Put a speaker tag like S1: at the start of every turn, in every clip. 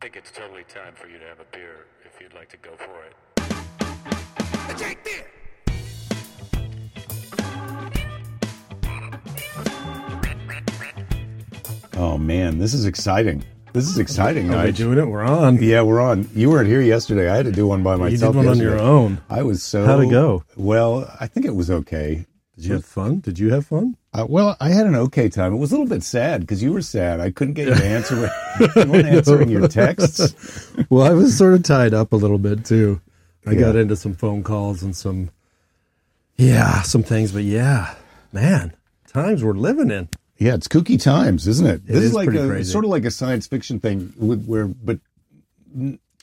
S1: I think it's totally time for you to have a beer if you'd like to go for it.
S2: Drink beer.
S3: Oh man, this is exciting. This is exciting.
S4: Are we
S3: Nige.
S4: doing it? We're on.
S3: Yeah, we're on. You weren't here yesterday. I had to do one by
S4: did
S3: myself.
S4: one on your
S3: yesterday.
S4: own.
S3: I was so.
S4: How'd it go?
S3: Well, I think it was okay.
S4: Did you have fun? Did you have fun?
S3: Uh, well, I had an okay time. It was a little bit sad because you were sad. I couldn't get you to answer. you weren't answering your texts.
S4: Well, I was sort of tied up a little bit too. I
S3: Yeah.
S4: got into some phone calls and some, yeah, some things. But yeah, man, times we're living in.
S3: Yeah, it's kooky times, isn't it? this
S4: is
S3: like
S4: pretty
S3: a
S4: crazy.
S3: sort of like a science fiction thing with, where, but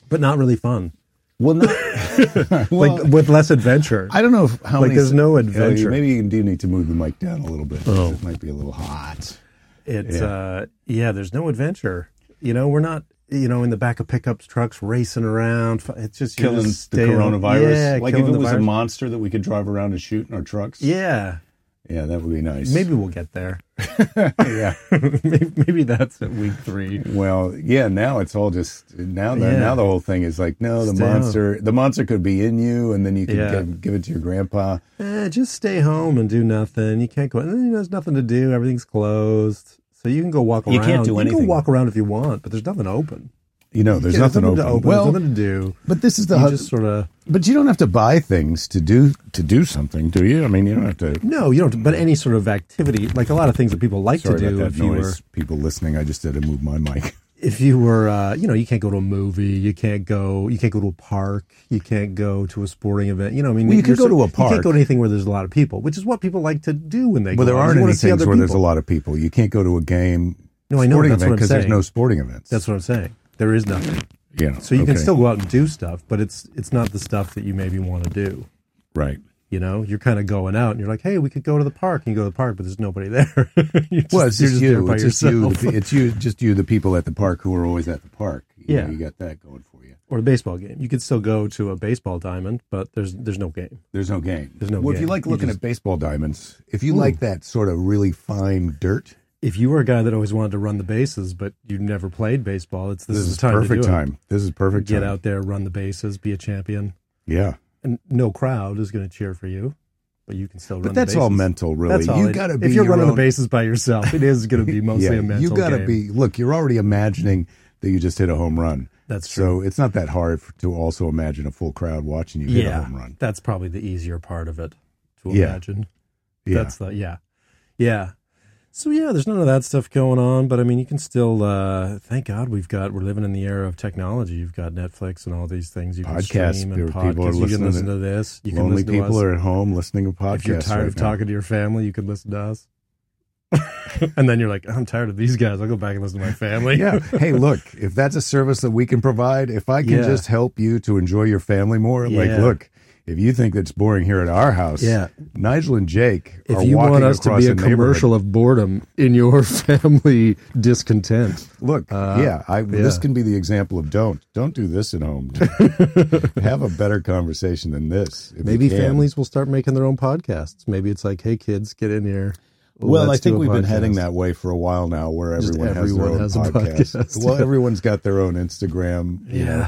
S4: But not really fun.
S3: well, not, well
S4: like with less adventure.
S3: I don't know if, how
S4: Like,
S3: many.
S4: there's no
S3: Oh,
S4: adventure.
S3: maybe you do need to move the mic down a little bit. 'cause
S4: Oh.
S3: it might be a little hot.
S4: it's
S3: yeah.
S4: uh yeah, there's no adventure. You know, we're not you know in the back of pickups trucks racing around. It's just you
S3: killing
S4: just
S3: the
S4: stay in-
S3: coronavirus.
S4: Yeah,
S3: like if
S4: killing
S3: it
S4: the
S3: was a
S4: virus.
S3: monster that we could drive around and shoot in our trucks.
S4: Yeah,
S3: Yeah, that would be nice.
S4: maybe we'll get there.
S3: yeah.
S4: maybe, maybe that's at week three.
S3: Well, yeah. Now it's all just now. The,
S4: Yeah.
S3: Now the whole thing is like, no, the
S4: Stay home.
S3: monster. The monster could be in you, and then you could
S4: Yeah.
S3: give, give it to your grandpa.
S4: Eh, just stay home and do nothing. You can't go. And then, you know, there's nothing to do. Everything's closed. So you can go walk around.
S3: You can't do
S4: You
S3: anything.
S4: can go walk around if you want, but there's nothing open.
S3: You know, there's
S4: Yeah,
S3: nothing open.
S4: to open.
S3: Well,
S4: there's nothing to do.
S3: but this is the.
S4: You
S3: hu-
S4: just sort of
S3: but you don't have to buy things to do to do something, do you? I mean, you don't have to.
S4: no, you don't. But any sort of activity, like a lot of things that people like
S3: Sorry
S4: to
S3: about
S4: do.
S3: that
S4: If you were,
S3: noise. People listening, I just had to move my mic.
S4: if you were, uh, you know, you can't go to a movie. You can't go. You can't go to a park. You can't go to a sporting event. You know, I mean,
S3: Well, you can
S4: you're
S3: go
S4: sort-
S3: to a
S4: You
S3: park.
S4: can't go to anything where there's a lot of people, which is what people like to do when
S3: Well,
S4: they. go
S3: there
S4: out.
S3: aren't
S4: You
S3: any
S4: wanna see
S3: things where
S4: other
S3: there's a
S4: people.
S3: lot of people. You can't go to a game.
S4: No, I know,
S3: sporting
S4: that's what
S3: event
S4: I'm
S3: there's no
S4: saying.
S3: sporting events.
S4: That's what I'm saying. There is nothing.
S3: yeah.
S4: So you can
S3: okay.
S4: still go out and do stuff, but it's it's not the stuff that you maybe want to do.
S3: right.
S4: You know, you're kind of going out and you're like, hey, we could go to the park and you go to the park, but there's nobody there. you're just,
S3: Well, it's
S4: you're
S3: just
S4: there
S3: you.
S4: by
S3: It's just you.
S4: yourself.
S3: The, pe- it's you. Just you. The people at the park who are always at the park. You know,
S4: Yeah.
S3: you got that going for you.
S4: or a baseball game. You could still go to a baseball diamond, but there's there's no game.
S3: There's no game.
S4: There's no
S3: Well, if you
S4: game.
S3: like
S4: You
S3: looking
S4: just-
S3: at baseball diamonds, if you like that sort of really fine dirt,
S4: If you were a guy that always wanted to run the bases, but you never played baseball, it's this,
S3: this
S4: is
S3: is
S4: the time
S3: perfect
S4: to do it.
S3: time. This is perfect
S4: Get
S3: time.
S4: out there, run the bases, be a champion,
S3: Yeah.
S4: and no crowd is going to cheer for you, but you can still run.
S3: But that's
S4: the bases.
S3: all mental, really.
S4: That's all
S3: you
S4: it-
S3: got to be
S4: if you're
S3: your
S4: running
S3: own-
S4: the bases by yourself, it is going to be mostly a mental.
S3: you gotta
S4: game.
S3: be. Look, you're already imagining that you just hit a home run.
S4: That's
S3: So it's not that hard f- to also imagine a full crowd watching you hit a home run.
S4: That's probably the easier part of it to
S3: Yeah.
S4: imagine.
S3: Yeah.
S4: That's the yeah. Yeah. So yeah, there's none of that stuff going on, but I mean you can still uh thank God we've got we're living in the era of technology. You've got Netflix and all these things you can
S3: Podcasts,
S4: stream
S3: there-
S4: and
S3: people are
S4: podcasts. You
S3: listening
S4: can listen
S3: to-
S4: to this. You
S3: Lonely
S4: can listen
S3: people
S4: to us.
S3: are at home listening to podcasts.
S4: if you're tired
S3: right
S4: of
S3: now.
S4: talking to your family, you can listen to us. and then you're like, I'm tired of these guys. I'll go back and listen to my family.
S3: yeah. Hey, look, if that's a service that we can provide, if I can
S4: Yeah.
S3: just help you to enjoy your family more, like,
S4: Yeah.
S3: look, if you think that's boring here at our house,
S4: Yeah.
S3: Nigel and Jake
S4: if
S3: are
S4: you
S3: walking
S4: want us to
S3: across
S4: be a
S3: the neighborhood.
S4: commercial of boredom in your family discontent,
S3: Look,
S4: Uh,
S3: yeah, I, this
S4: yeah.
S3: can be the example of don't don't do this at home. Have a better conversation than this. if you
S4: maybe
S3: can.
S4: families will start making their own podcasts. Maybe it's like, hey, kids, get in here.
S3: Well,
S4: Let's
S3: I think
S4: do a
S3: we've been
S4: podcast."
S3: heading that way for a while now, where
S4: Just
S3: everyone,
S4: everyone
S3: has
S4: has a
S3: their own podcast.
S4: podcast.
S3: Well, everyone's got their own Instagram. You know,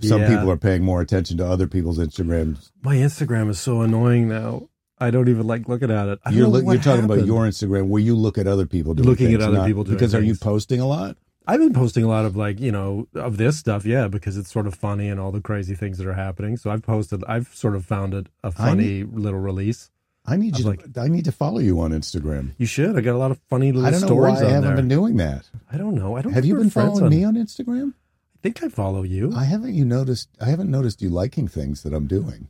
S4: Yeah.
S3: some
S4: Yeah.
S3: people are paying more attention to other people's Instagrams.
S4: My Instagram is so annoying now. I don't even like looking at it. I don't
S3: You're,
S4: know
S3: look,
S4: what
S3: you're talking about
S4: happened.
S3: your Instagram, where you look at other people doing
S4: Looking at
S3: things,
S4: other
S3: not-
S4: people doing
S3: because are you
S4: things.
S3: posting a lot?
S4: I've been posting a lot of like, you know, of this stuff, yeah, because it's sort of funny and all the crazy things that are happening. So I've posted, I've sort of found it a funny little release.
S3: I need you.
S4: I'm
S3: to, I need to follow you on Instagram.
S4: You should. I got a lot of funny little
S3: I don't know why
S4: stories
S3: I
S4: on
S3: haven't
S4: there.
S3: been doing that.
S4: I don't know. I don't.
S3: Have
S4: think
S3: you
S4: we're
S3: been
S4: friends
S3: following
S4: on-
S3: me on Instagram?
S4: I think I follow you.
S3: I haven't you noticed I haven't noticed you liking things that I'm doing.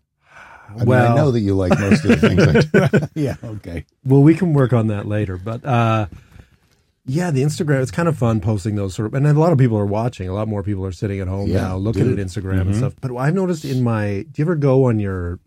S3: I mean,
S4: well,
S3: I know that you like most of the things I do. yeah, okay.
S4: well, we can work on that later. But uh, yeah, the Instagram. It's kind of fun posting those sort of, and a lot of people are watching. A lot more people are sitting at home
S3: Yeah,
S4: now looking
S3: dude. Mm-hmm.
S4: at Instagram and stuff. But I've noticed in my. Do you ever go on your,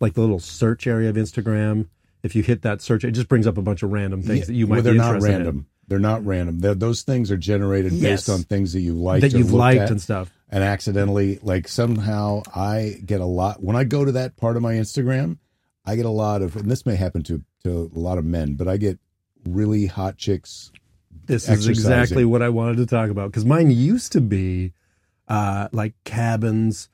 S4: like the little search area of Instagram? If you hit that search, it just brings up a bunch of random things that you might
S3: well, they're
S4: be
S3: not
S4: interested in.
S3: random. They're not random. They're, those things are generated
S4: Yes.
S3: based on things that you've liked
S4: that
S3: or
S4: you've
S3: looked
S4: liked
S3: at.
S4: and stuff.
S3: and accidentally like somehow I get a lot when I go to that part of my Instagram, I get a lot of and this may happen to to a lot of men, but I get really hot chicks
S4: This is
S3: Exercising.
S4: exactly what I wanted to talk about because mine used to be uh, like cabins,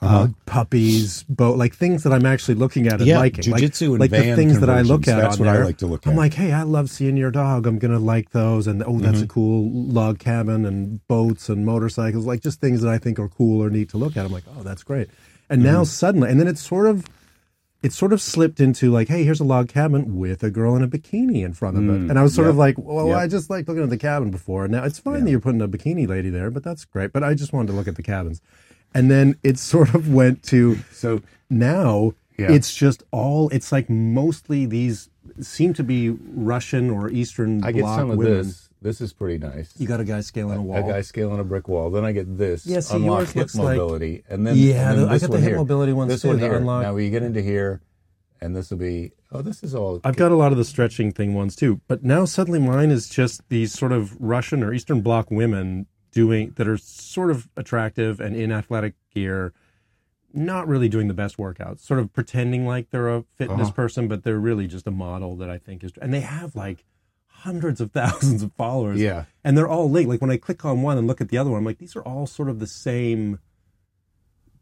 S4: uh
S3: Uh-huh.
S4: puppies, boat, like things that I'm actually looking at and liking. Like-
S3: jujitsu and
S4: like the
S3: van
S4: things that I look
S3: conversions.
S4: at
S3: That's
S4: on
S3: what
S4: there.
S3: I like to look at.
S4: I'm like, hey, I love seeing your dog. I'm gonna like those, and oh,
S3: Mm-hmm.
S4: that's a cool log cabin and boats and motorcycles, like just things that I think are cool or neat to look at. I'm like, oh, that's great. And
S3: Mm-hmm.
S4: now suddenly, and then it's sort of, it sort of slipped into like, hey, here's a log cabin with a girl in a bikini in front of
S5: Mm,
S4: it, and I was sort of like, well,
S3: Yep.
S4: I just like looking at the cabin before. Now it's fine that you're putting a bikini lady there, but that's great. But I just wanted to look at the cabins, and then it sort of went to
S3: so
S4: now
S3: Yeah.
S4: it's just all it's like mostly these seem to be Russian or Eastern
S5: I get
S4: bloc
S5: some of
S4: women.
S5: this. This is pretty nice.
S4: You got a guy scaling a wall.
S5: A guy scaling a brick wall. Then I get this.
S4: Yeah, see,
S5: unlock
S4: yours
S5: hip
S4: looks like-
S5: mobility, and then
S4: Yeah,
S5: and then
S4: the- I
S5: this
S4: got the
S5: one
S4: hip
S5: here.
S4: mobility ones
S5: This
S4: too,
S5: one
S4: the
S5: here.
S4: unlock.
S5: Now we get into here, and this will be. Oh, this is all.
S4: I've got a lot of the stretching thing ones too, but now suddenly mine is just these sort of Russian or Eastern Bloc women doing that are sort of attractive and in athletic gear, not really doing the best workouts, sort of pretending like they're a fitness
S5: Uh-huh.
S4: person, but they're really just a model that I think is, and they have like hundreds of thousands of followers.
S5: Yeah.
S4: and they're all linked. Like when I click on one and look at the other one, I'm like, these are all sort of the same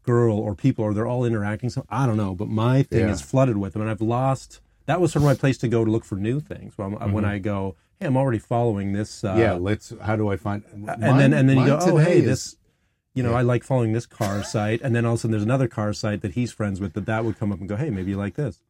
S4: girl or people, or they're all interacting. So I don't know, but my thing
S5: Yeah.
S4: is flooded with them, and I've lost. That was sort of my place to go to look for new things. When, I'm when I go, hey, I'm already following this. Uh,
S5: Mm-hmm. yeah. Let's. How do I find?
S4: and then and then you go, oh, hey,
S5: is,
S4: this. You know, I like following this car site, and then all of a sudden there's another car site that he's friends with that that would come up and go, hey, maybe you like this.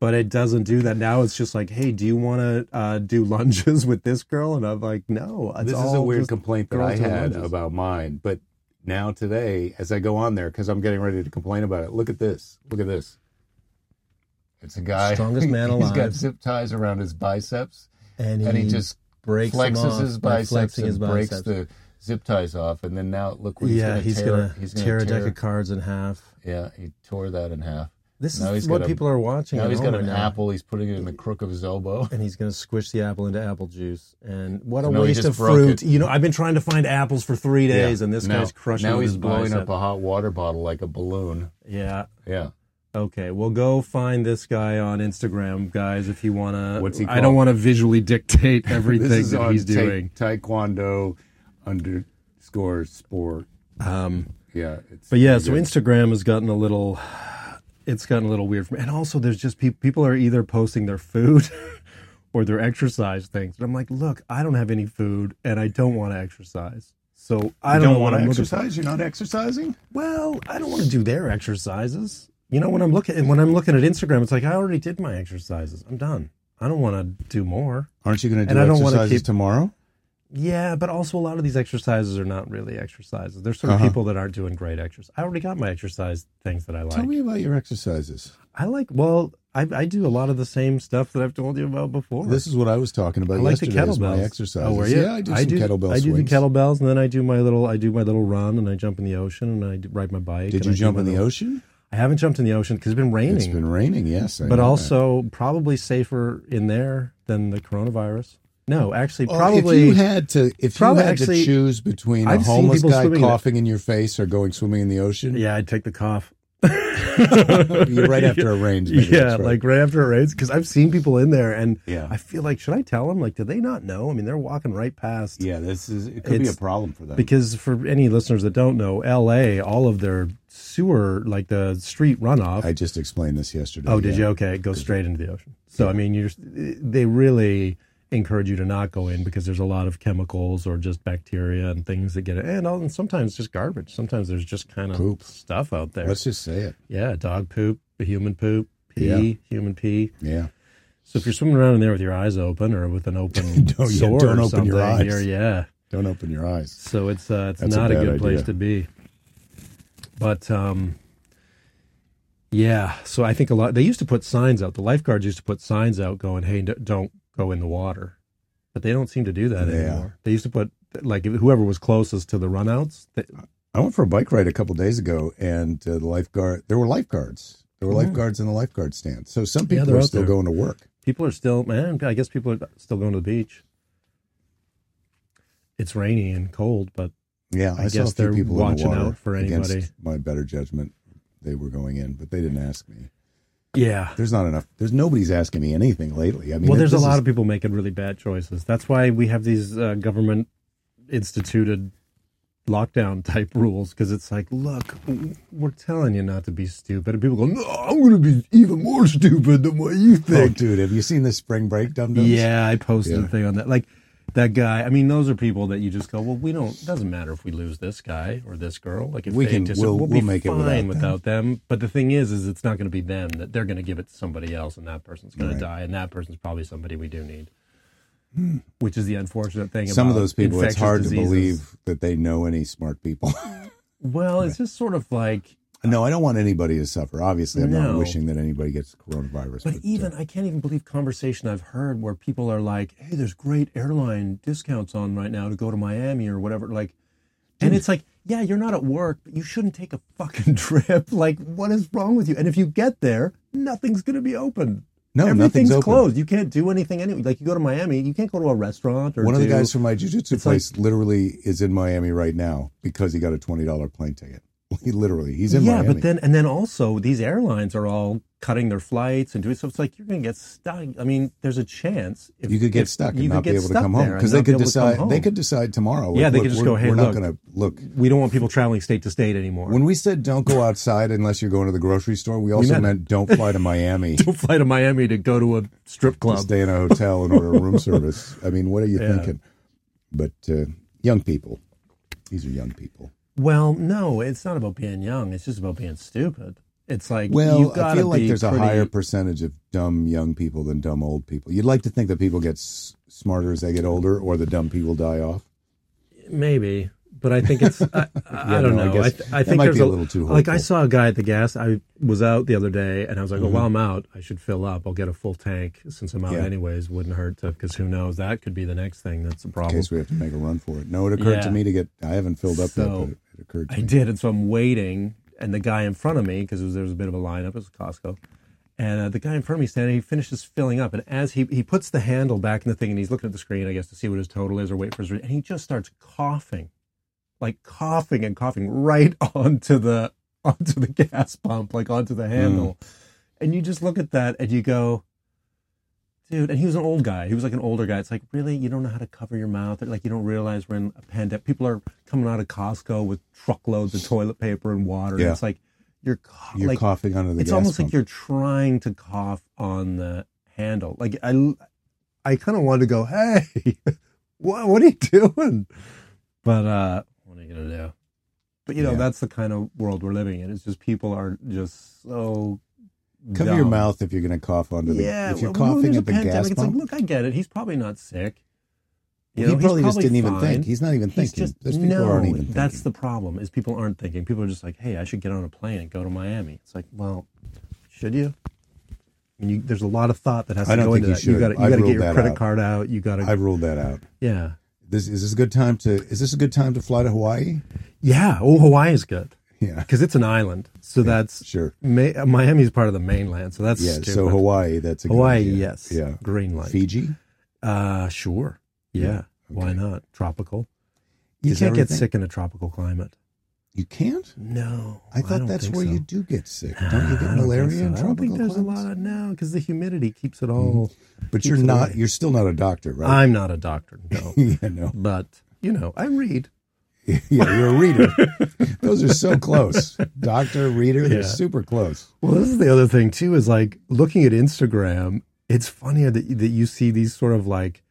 S4: But it doesn't do that now. It's just like, hey, do you want to uh, do lunges with this girl? And I'm like, no. It's
S5: This is a
S4: all
S5: weird
S4: just-
S5: complaint that
S4: girls
S5: I
S4: doing
S5: had
S4: lunges.
S5: about mine, but now today, as I go on there, because I'm getting ready to complain about it. Look at this. Look at this. It's a guy.
S4: Strongest man
S5: He's got
S4: alive.
S5: zip ties around his biceps,
S4: and
S5: and he just
S4: breaks them
S5: flexes
S4: off
S5: his
S4: by
S5: biceps
S4: flexing
S5: and
S4: his
S5: breaks
S4: biceps.
S5: the zip ties off. And then now look, what he's
S4: yeah,
S5: gonna
S4: he's
S5: tear,
S4: gonna
S5: he's
S4: tear
S5: gonna
S4: a
S5: tear,
S4: deck of cards in half.
S5: Yeah, he tore that in half.
S4: This
S5: Now
S4: is
S5: he's
S4: what
S5: got a-
S4: people are watching.
S5: Now
S4: at
S5: he's got
S4: home
S5: an
S4: right now.
S5: apple. He's putting it in the crook of his elbow.
S4: and he's going to squish the apple into apple juice. And what a
S5: No, he
S4: waste
S5: just
S4: of
S5: broke
S4: fruit!
S5: it.
S4: You know, I've been trying to find apples for three days, and this
S5: now,
S4: guy's crushing.
S5: Now
S4: with
S5: he's
S4: his
S5: blowing
S4: bicep.
S5: up a hot water bottle like a balloon.
S4: Yeah.
S5: Yeah.
S4: Okay. Well, go find this guy on Instagram, guys, if you want to.
S5: What's he
S4: I don't
S5: called?
S4: want to visually dictate everything
S5: This is
S4: that
S5: on
S4: he's
S5: ta-
S4: doing.
S5: Taekwondo underscore sport.
S4: Um,
S5: Yeah. It's
S4: But yeah,
S5: pretty
S4: so
S5: good.
S4: Instagram has gotten a little, it's gotten a little weird for me. And also, there's just people, people are either posting their food or their exercise things. And I'm like, look, I don't have any food and I don't want to exercise. So I
S3: you don't
S4: don't, know what
S3: want to
S4: I'm looking
S3: exercise. You're not exercising.
S4: Well, I don't want to do their exercises. You know, when I'm looking and when I'm looking at Instagram, it's like I already did my exercises. I'm done. I don't want to do more.
S3: Aren't you going to
S4: And
S3: do
S4: I don't wanna
S3: exercises
S4: keep-
S3: tomorrow?
S4: Yeah, but also a lot of these exercises are not really exercises. There's
S3: Uh-huh.
S4: some people that aren't doing great exercise. I already got my exercise things that I like.
S3: Tell me about your exercises.
S4: I like well, I, I do a lot of the same stuff that I've told you about before.
S3: This is what I was talking about
S4: I like the
S3: yesterday. is my
S4: kettlebells.
S3: exercises.
S4: Oh, were you?
S3: Yeah, I do some kettlebell
S4: I do
S3: swings.
S4: the kettlebells, and then I do my little. I do my little run, and I jump in the ocean, and I d- ride my bike.
S3: Did
S4: and
S3: you
S4: I do
S3: jump
S4: my
S3: in the
S4: little-
S3: ocean?
S4: I haven't jumped in the ocean because it's been raining,
S3: It's been raining. Yes, I
S4: but
S3: know
S4: also probably safer in there than the coronavirus. No, actually,
S3: that. Oh,
S4: probably.
S3: if you had to, if you
S4: probably
S3: had
S4: actually-
S3: to choose between
S4: I've
S3: a
S4: seen
S3: homeless
S4: people
S3: guy
S4: swimming in it.
S3: coughing in your face or going swimming in the ocean,
S4: yeah, I'd take the cough.
S3: you're right after it rains. maybe
S4: yeah,
S3: that's right.
S4: like right after it rains, because I've seen people in there, and
S3: Yeah.
S4: I feel like should I tell them? Like, do they not know? I mean, they're walking right past.
S3: yeah, this is it. Could be a
S4: It's-
S3: problem for them.
S4: Because for any listeners that don't know, L.A. all of their sewer, like the street runoff.
S3: I just explained this yesterday.
S4: oh, did
S3: yeah.
S4: you? Okay, it goes straight into the ocean. So I mean, you're they really encourage you to not go in because there's a lot of chemicals or just bacteria and things that get it, and, all, and sometimes just garbage. Sometimes there's just kind of
S3: Poop.
S4: stuff out there.
S3: Let's just say it.
S4: yeah, dog poop, human poop, pee,
S3: Yeah.
S4: human pee.
S3: Yeah.
S4: So if you're swimming around in there with your eyes open or with an open
S3: Don't- Oh, yeah,
S4: sore
S3: don't
S4: or
S3: open your
S4: something,
S3: eyes.
S4: you're- yeah.
S3: Don't open your eyes.
S4: So it's uh, it's
S3: That's a
S4: not a,
S3: bad
S4: good
S3: idea.
S4: place to be. But um, yeah, so I think a lot. They used to put signs out. The lifeguards used to put signs out going, "Hey, d- don't go in the water," but they don't seem to do that
S3: Yeah.
S4: anymore. They used to put like if- whoever was closest to the runouts. They,
S3: I went for a bike ride a couple days ago, and uh, the lifeguard. There were lifeguards. There were lifeguards in the lifeguard stand. So some
S4: Yeah,
S3: people
S4: they're
S3: are
S4: out
S3: still
S4: there.
S3: going to work.
S4: people are still man. I guess people are still going to the beach. It's rainy and cold, but
S3: Yeah,
S4: I
S3: I, saw a
S4: guess
S3: few
S4: they're
S3: people in
S4: watching
S3: the water
S4: out for
S3: against
S4: anybody.
S3: My better judgment, they were going in, but they didn't ask me.
S4: Yeah.
S3: There's not enough. There's nobody's asking me anything lately. I mean,
S4: well, there's a
S3: this
S4: lot
S3: is-
S4: of people making really bad choices. That's why we have these uh, government instituted lockdown type rules because it's like, look, w- we're telling you not to be stupid, and people go, no, I'm going to be even more stupid than what you
S3: Oh,
S4: think.
S3: dude, have you seen this spring break dum dums?
S4: yeah, I posted
S3: Yeah.
S4: a thing on that. Like that guy. I mean, those are people that you just go, well, we don't. It doesn't matter if we lose this guy or this girl. Like if
S3: We
S4: they
S3: can-
S4: dis-
S3: we'll-
S4: we'll,
S3: we'll
S4: be
S3: make it
S4: fine
S3: without them.
S4: without them. But the thing is, is it's not going to be them. That they're going to give it to somebody else, and that person's going
S3: Right. Hmm.
S4: to die, and that person's probably somebody we do need. Which is the unfortunate thing.
S3: Some of
S4: about
S3: those people, it's
S4: infectious
S3: hard to
S4: diseases.
S3: believe that they know any smart people.
S4: Well, it's just sort of like
S3: no, I don't want anybody to suffer. Obviously, I'm not
S4: No.
S3: wishing that anybody gets coronavirus.
S4: But
S3: uh,
S4: even I can't even believe conversation I've heard where people are like, "Hey, there's great airline discounts on right now to go to Miami or whatever." Like, and it's like, yeah, you're not at work, but you shouldn't take a fucking trip. Like, what is wrong with you? And if you get there, nothing's gonna be open.
S3: no,
S4: Everything's
S3: nothing's open.
S4: closed. You can't do anything anyway. Like, you go to Miami, you can't go to a restaurant or
S3: One of the
S4: do-
S3: guys from my jujitsu
S4: It's like-
S3: place literally is in Miami right now because he got a twenty dollar plane ticket. He literally, he's in
S4: yeah,
S3: Miami.
S4: but then and then also these airlines are all cutting their flights and doing so. It's like you're gonna get stuck. I mean, there's a chance if,
S3: you could get
S4: if
S3: stuck and
S4: you could
S3: not be
S4: get
S3: able to
S4: stuck
S3: come home
S4: there and
S3: because they
S4: not be
S3: could
S4: able to come
S3: decide. They
S4: home.
S3: could decide tomorrow.
S4: Yeah,
S3: like,
S4: they
S3: look,
S4: could just
S3: we're-
S4: go, "Hey,
S3: we're not
S4: look."
S3: going to look."
S4: we don't want people traveling state to state anymore.
S3: When we said don't go outside unless you're going to the grocery store, we also
S4: meant-
S3: meant don't fly to Miami.
S4: don't fly to Miami to go to a strip
S3: to
S4: club.
S3: stay in a hotel and order room service. I mean, what are you
S4: Yeah.
S3: thinking? But uh, young people, these are young people.
S4: Well, no, it's not about being young. It's just about being stupid. It's like you
S3: Well, I
S4: gotta
S3: feel like
S4: be
S3: there's a
S4: pretty-
S3: higher percentage of dumb young people than dumb old people. You'd like to think that people get s- smarter as they get older, or the dumb people die off.
S4: maybe, but I think it's I, I
S3: Yeah,
S4: don't
S3: no, I
S4: know. I,
S3: guess
S4: th- I
S3: that
S4: think
S3: might
S4: there's
S3: be a little too
S4: like
S3: hopeful.
S4: I
S3: Mm-hmm.
S4: saw a guy at the gas. I was out the other day, and I was like, "Oh, while I'm out, I should fill up. I'll get a full tank since I'm out
S3: Yeah.
S4: anyways. Wouldn't hurt to because who knows that could be the next thing that's a
S3: In
S4: problem."
S3: case we have to make a run for it. No, it occurred to
S4: Yeah.
S3: me to get. I haven't filled up yet,
S4: So,
S3: but it, it occurred to
S4: I
S3: me.
S4: did, and so I'm waiting, and the guy in front of me, because there was a bit of a lineup, it was Costco, and uh, the guy in front of me standing, he finishes filling up, and as he he puts the handle back in the thing, and he's looking at the screen, I guess, to see what his total is or wait for his, re- and he just starts coughing, like coughing and coughing right onto the onto the gas pump, like onto
S3: Hmm.
S4: the handle, and you just look at that and you go. Dude, and he was an old guy. He was like an older guy. It's like, really, you don't know how to cover your mouth. Like, you don't realize we're in a pandemic. People are coming out of Costco with truckloads of toilet paper and water.
S3: Yeah.
S4: And it's like you're, cough-
S3: You're
S4: like,
S3: coughing under the
S4: it's
S3: gas
S4: almost
S3: pump.
S4: like you're trying to cough on the handle. Like I, I kind of wanted to go, hey, what what are you doing? But uh, what are you gonna do? But you know,
S3: Yeah.
S4: that's the kind of world we're living in. It's just people are just so
S3: cover your
S4: dumb.
S3: mouth if you're going to cough under the.
S4: Yeah,
S3: if you're
S4: well, when
S3: coughing
S4: there's
S3: at
S4: a
S3: the gas
S4: pandemic, it's like,
S3: pump,
S4: look, I get it. He's probably not sick.
S3: he
S4: You know, he's
S3: probably just didn't even
S4: fine.
S3: think. He's not even
S4: He's
S3: thinking.
S4: just-
S3: Those people aren't
S4: no,
S3: even thinking.
S4: That's the problem is people aren't thinking. People are just like, hey, I should get on a plane and go to Miami. It's like, well, should you? I mean, you, there's a lot of thought that has
S3: I
S4: to
S3: don't
S4: go
S3: think
S4: into
S3: you
S4: that. You
S3: should.
S4: got to you
S3: I've
S4: got to
S3: ruled
S4: get your
S3: that
S4: credit
S3: out.
S4: card out. You got
S3: I
S4: to
S3: ruled that out.
S4: yeah
S3: This is this a good time to is this a good time to fly to Hawaii?
S4: yeah. Oh, Hawaii is good
S3: Yeah,
S4: because it's an island, so that's
S3: sure.
S4: Ma- Miami's part of the mainland, so that's
S3: Yeah,
S4: stupid.
S3: so Hawaii. That's a good
S4: Hawaii,
S3: idea.
S4: yes,
S3: Yeah,
S4: green light.
S3: Fiji.
S4: Uh, sure. Yeah.
S3: Yeah,
S4: Why not? Tropical. You
S3: You
S4: can't get
S3: everything-
S4: sick in a tropical climate.
S3: You can't.
S4: No.
S3: I thought
S4: don't
S3: that's
S4: think
S3: where
S4: so. Uh,
S3: you do get sick. Don't you
S4: I
S3: get
S4: think
S3: malaria in
S4: so. I don't think
S3: tropical
S4: there's
S3: climates?
S4: a lot of no because the humidity keeps it all.
S3: but you're
S4: keeps it
S3: not.
S4: away.
S3: You're still not a doctor, right?
S4: I'm not a doctor, no,
S3: yeah, no.
S4: but you know I read.
S3: Yeah, you're a reader. Those are so close. Doctor, reader, they're
S4: Yeah.
S3: super close.
S4: Well, this is the other thing too is like looking at Instagram. It's funnier that that you see these sort of like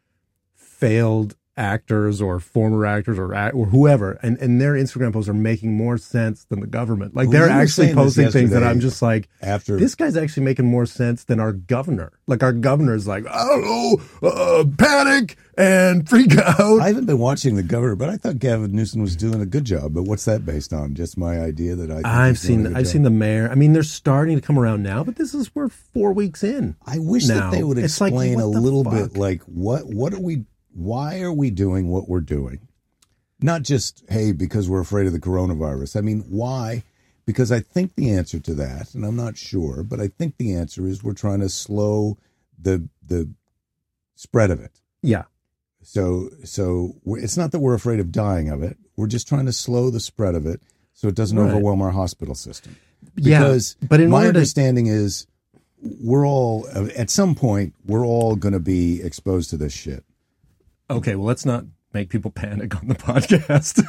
S4: failed actors or former actors or act, or whoever, and and their Instagram posts are making more sense than the government. Like
S3: Well,
S4: they're
S3: we were
S4: actually
S3: saying this
S4: posting things that
S3: yesterday.
S4: I'm just like.
S3: After
S4: This guy's actually making more sense than our governor. Like our governor's like, oh, uh, panic and freak out.
S3: I haven't been watching the governor, but I thought Gavin Newsom was doing a good job. But what's that based on? Just my idea that I. Think
S4: I've
S3: he's doing
S4: seen
S3: a good
S4: I've
S3: job?
S4: seen the mayor. I mean, they're starting to come around now, but this is we're four weeks in.
S3: I wish that
S4: now.
S3: they would
S4: It's like,
S3: explain
S4: what
S3: a
S4: the
S3: little bit
S4: fuck?
S3: like what what are we why are we doing what we're doing? Not just hey because we're afraid of the coronavirus. I mean, why? Because I think the answer to that, and I'm not sure, but I think the answer is we're trying to slow the the spread of it.
S4: Yeah,
S3: So so we're, it's not that we're afraid of dying of it. We're just trying to slow the spread of it so it doesn't
S4: Right.
S3: overwhelm our hospital system
S4: yeah.
S3: because
S4: but in
S3: my
S4: order to
S3: understanding is we're all uh, at some point we're all going to be exposed to this shit.
S4: Okay, well, let's not make people panic on the podcast.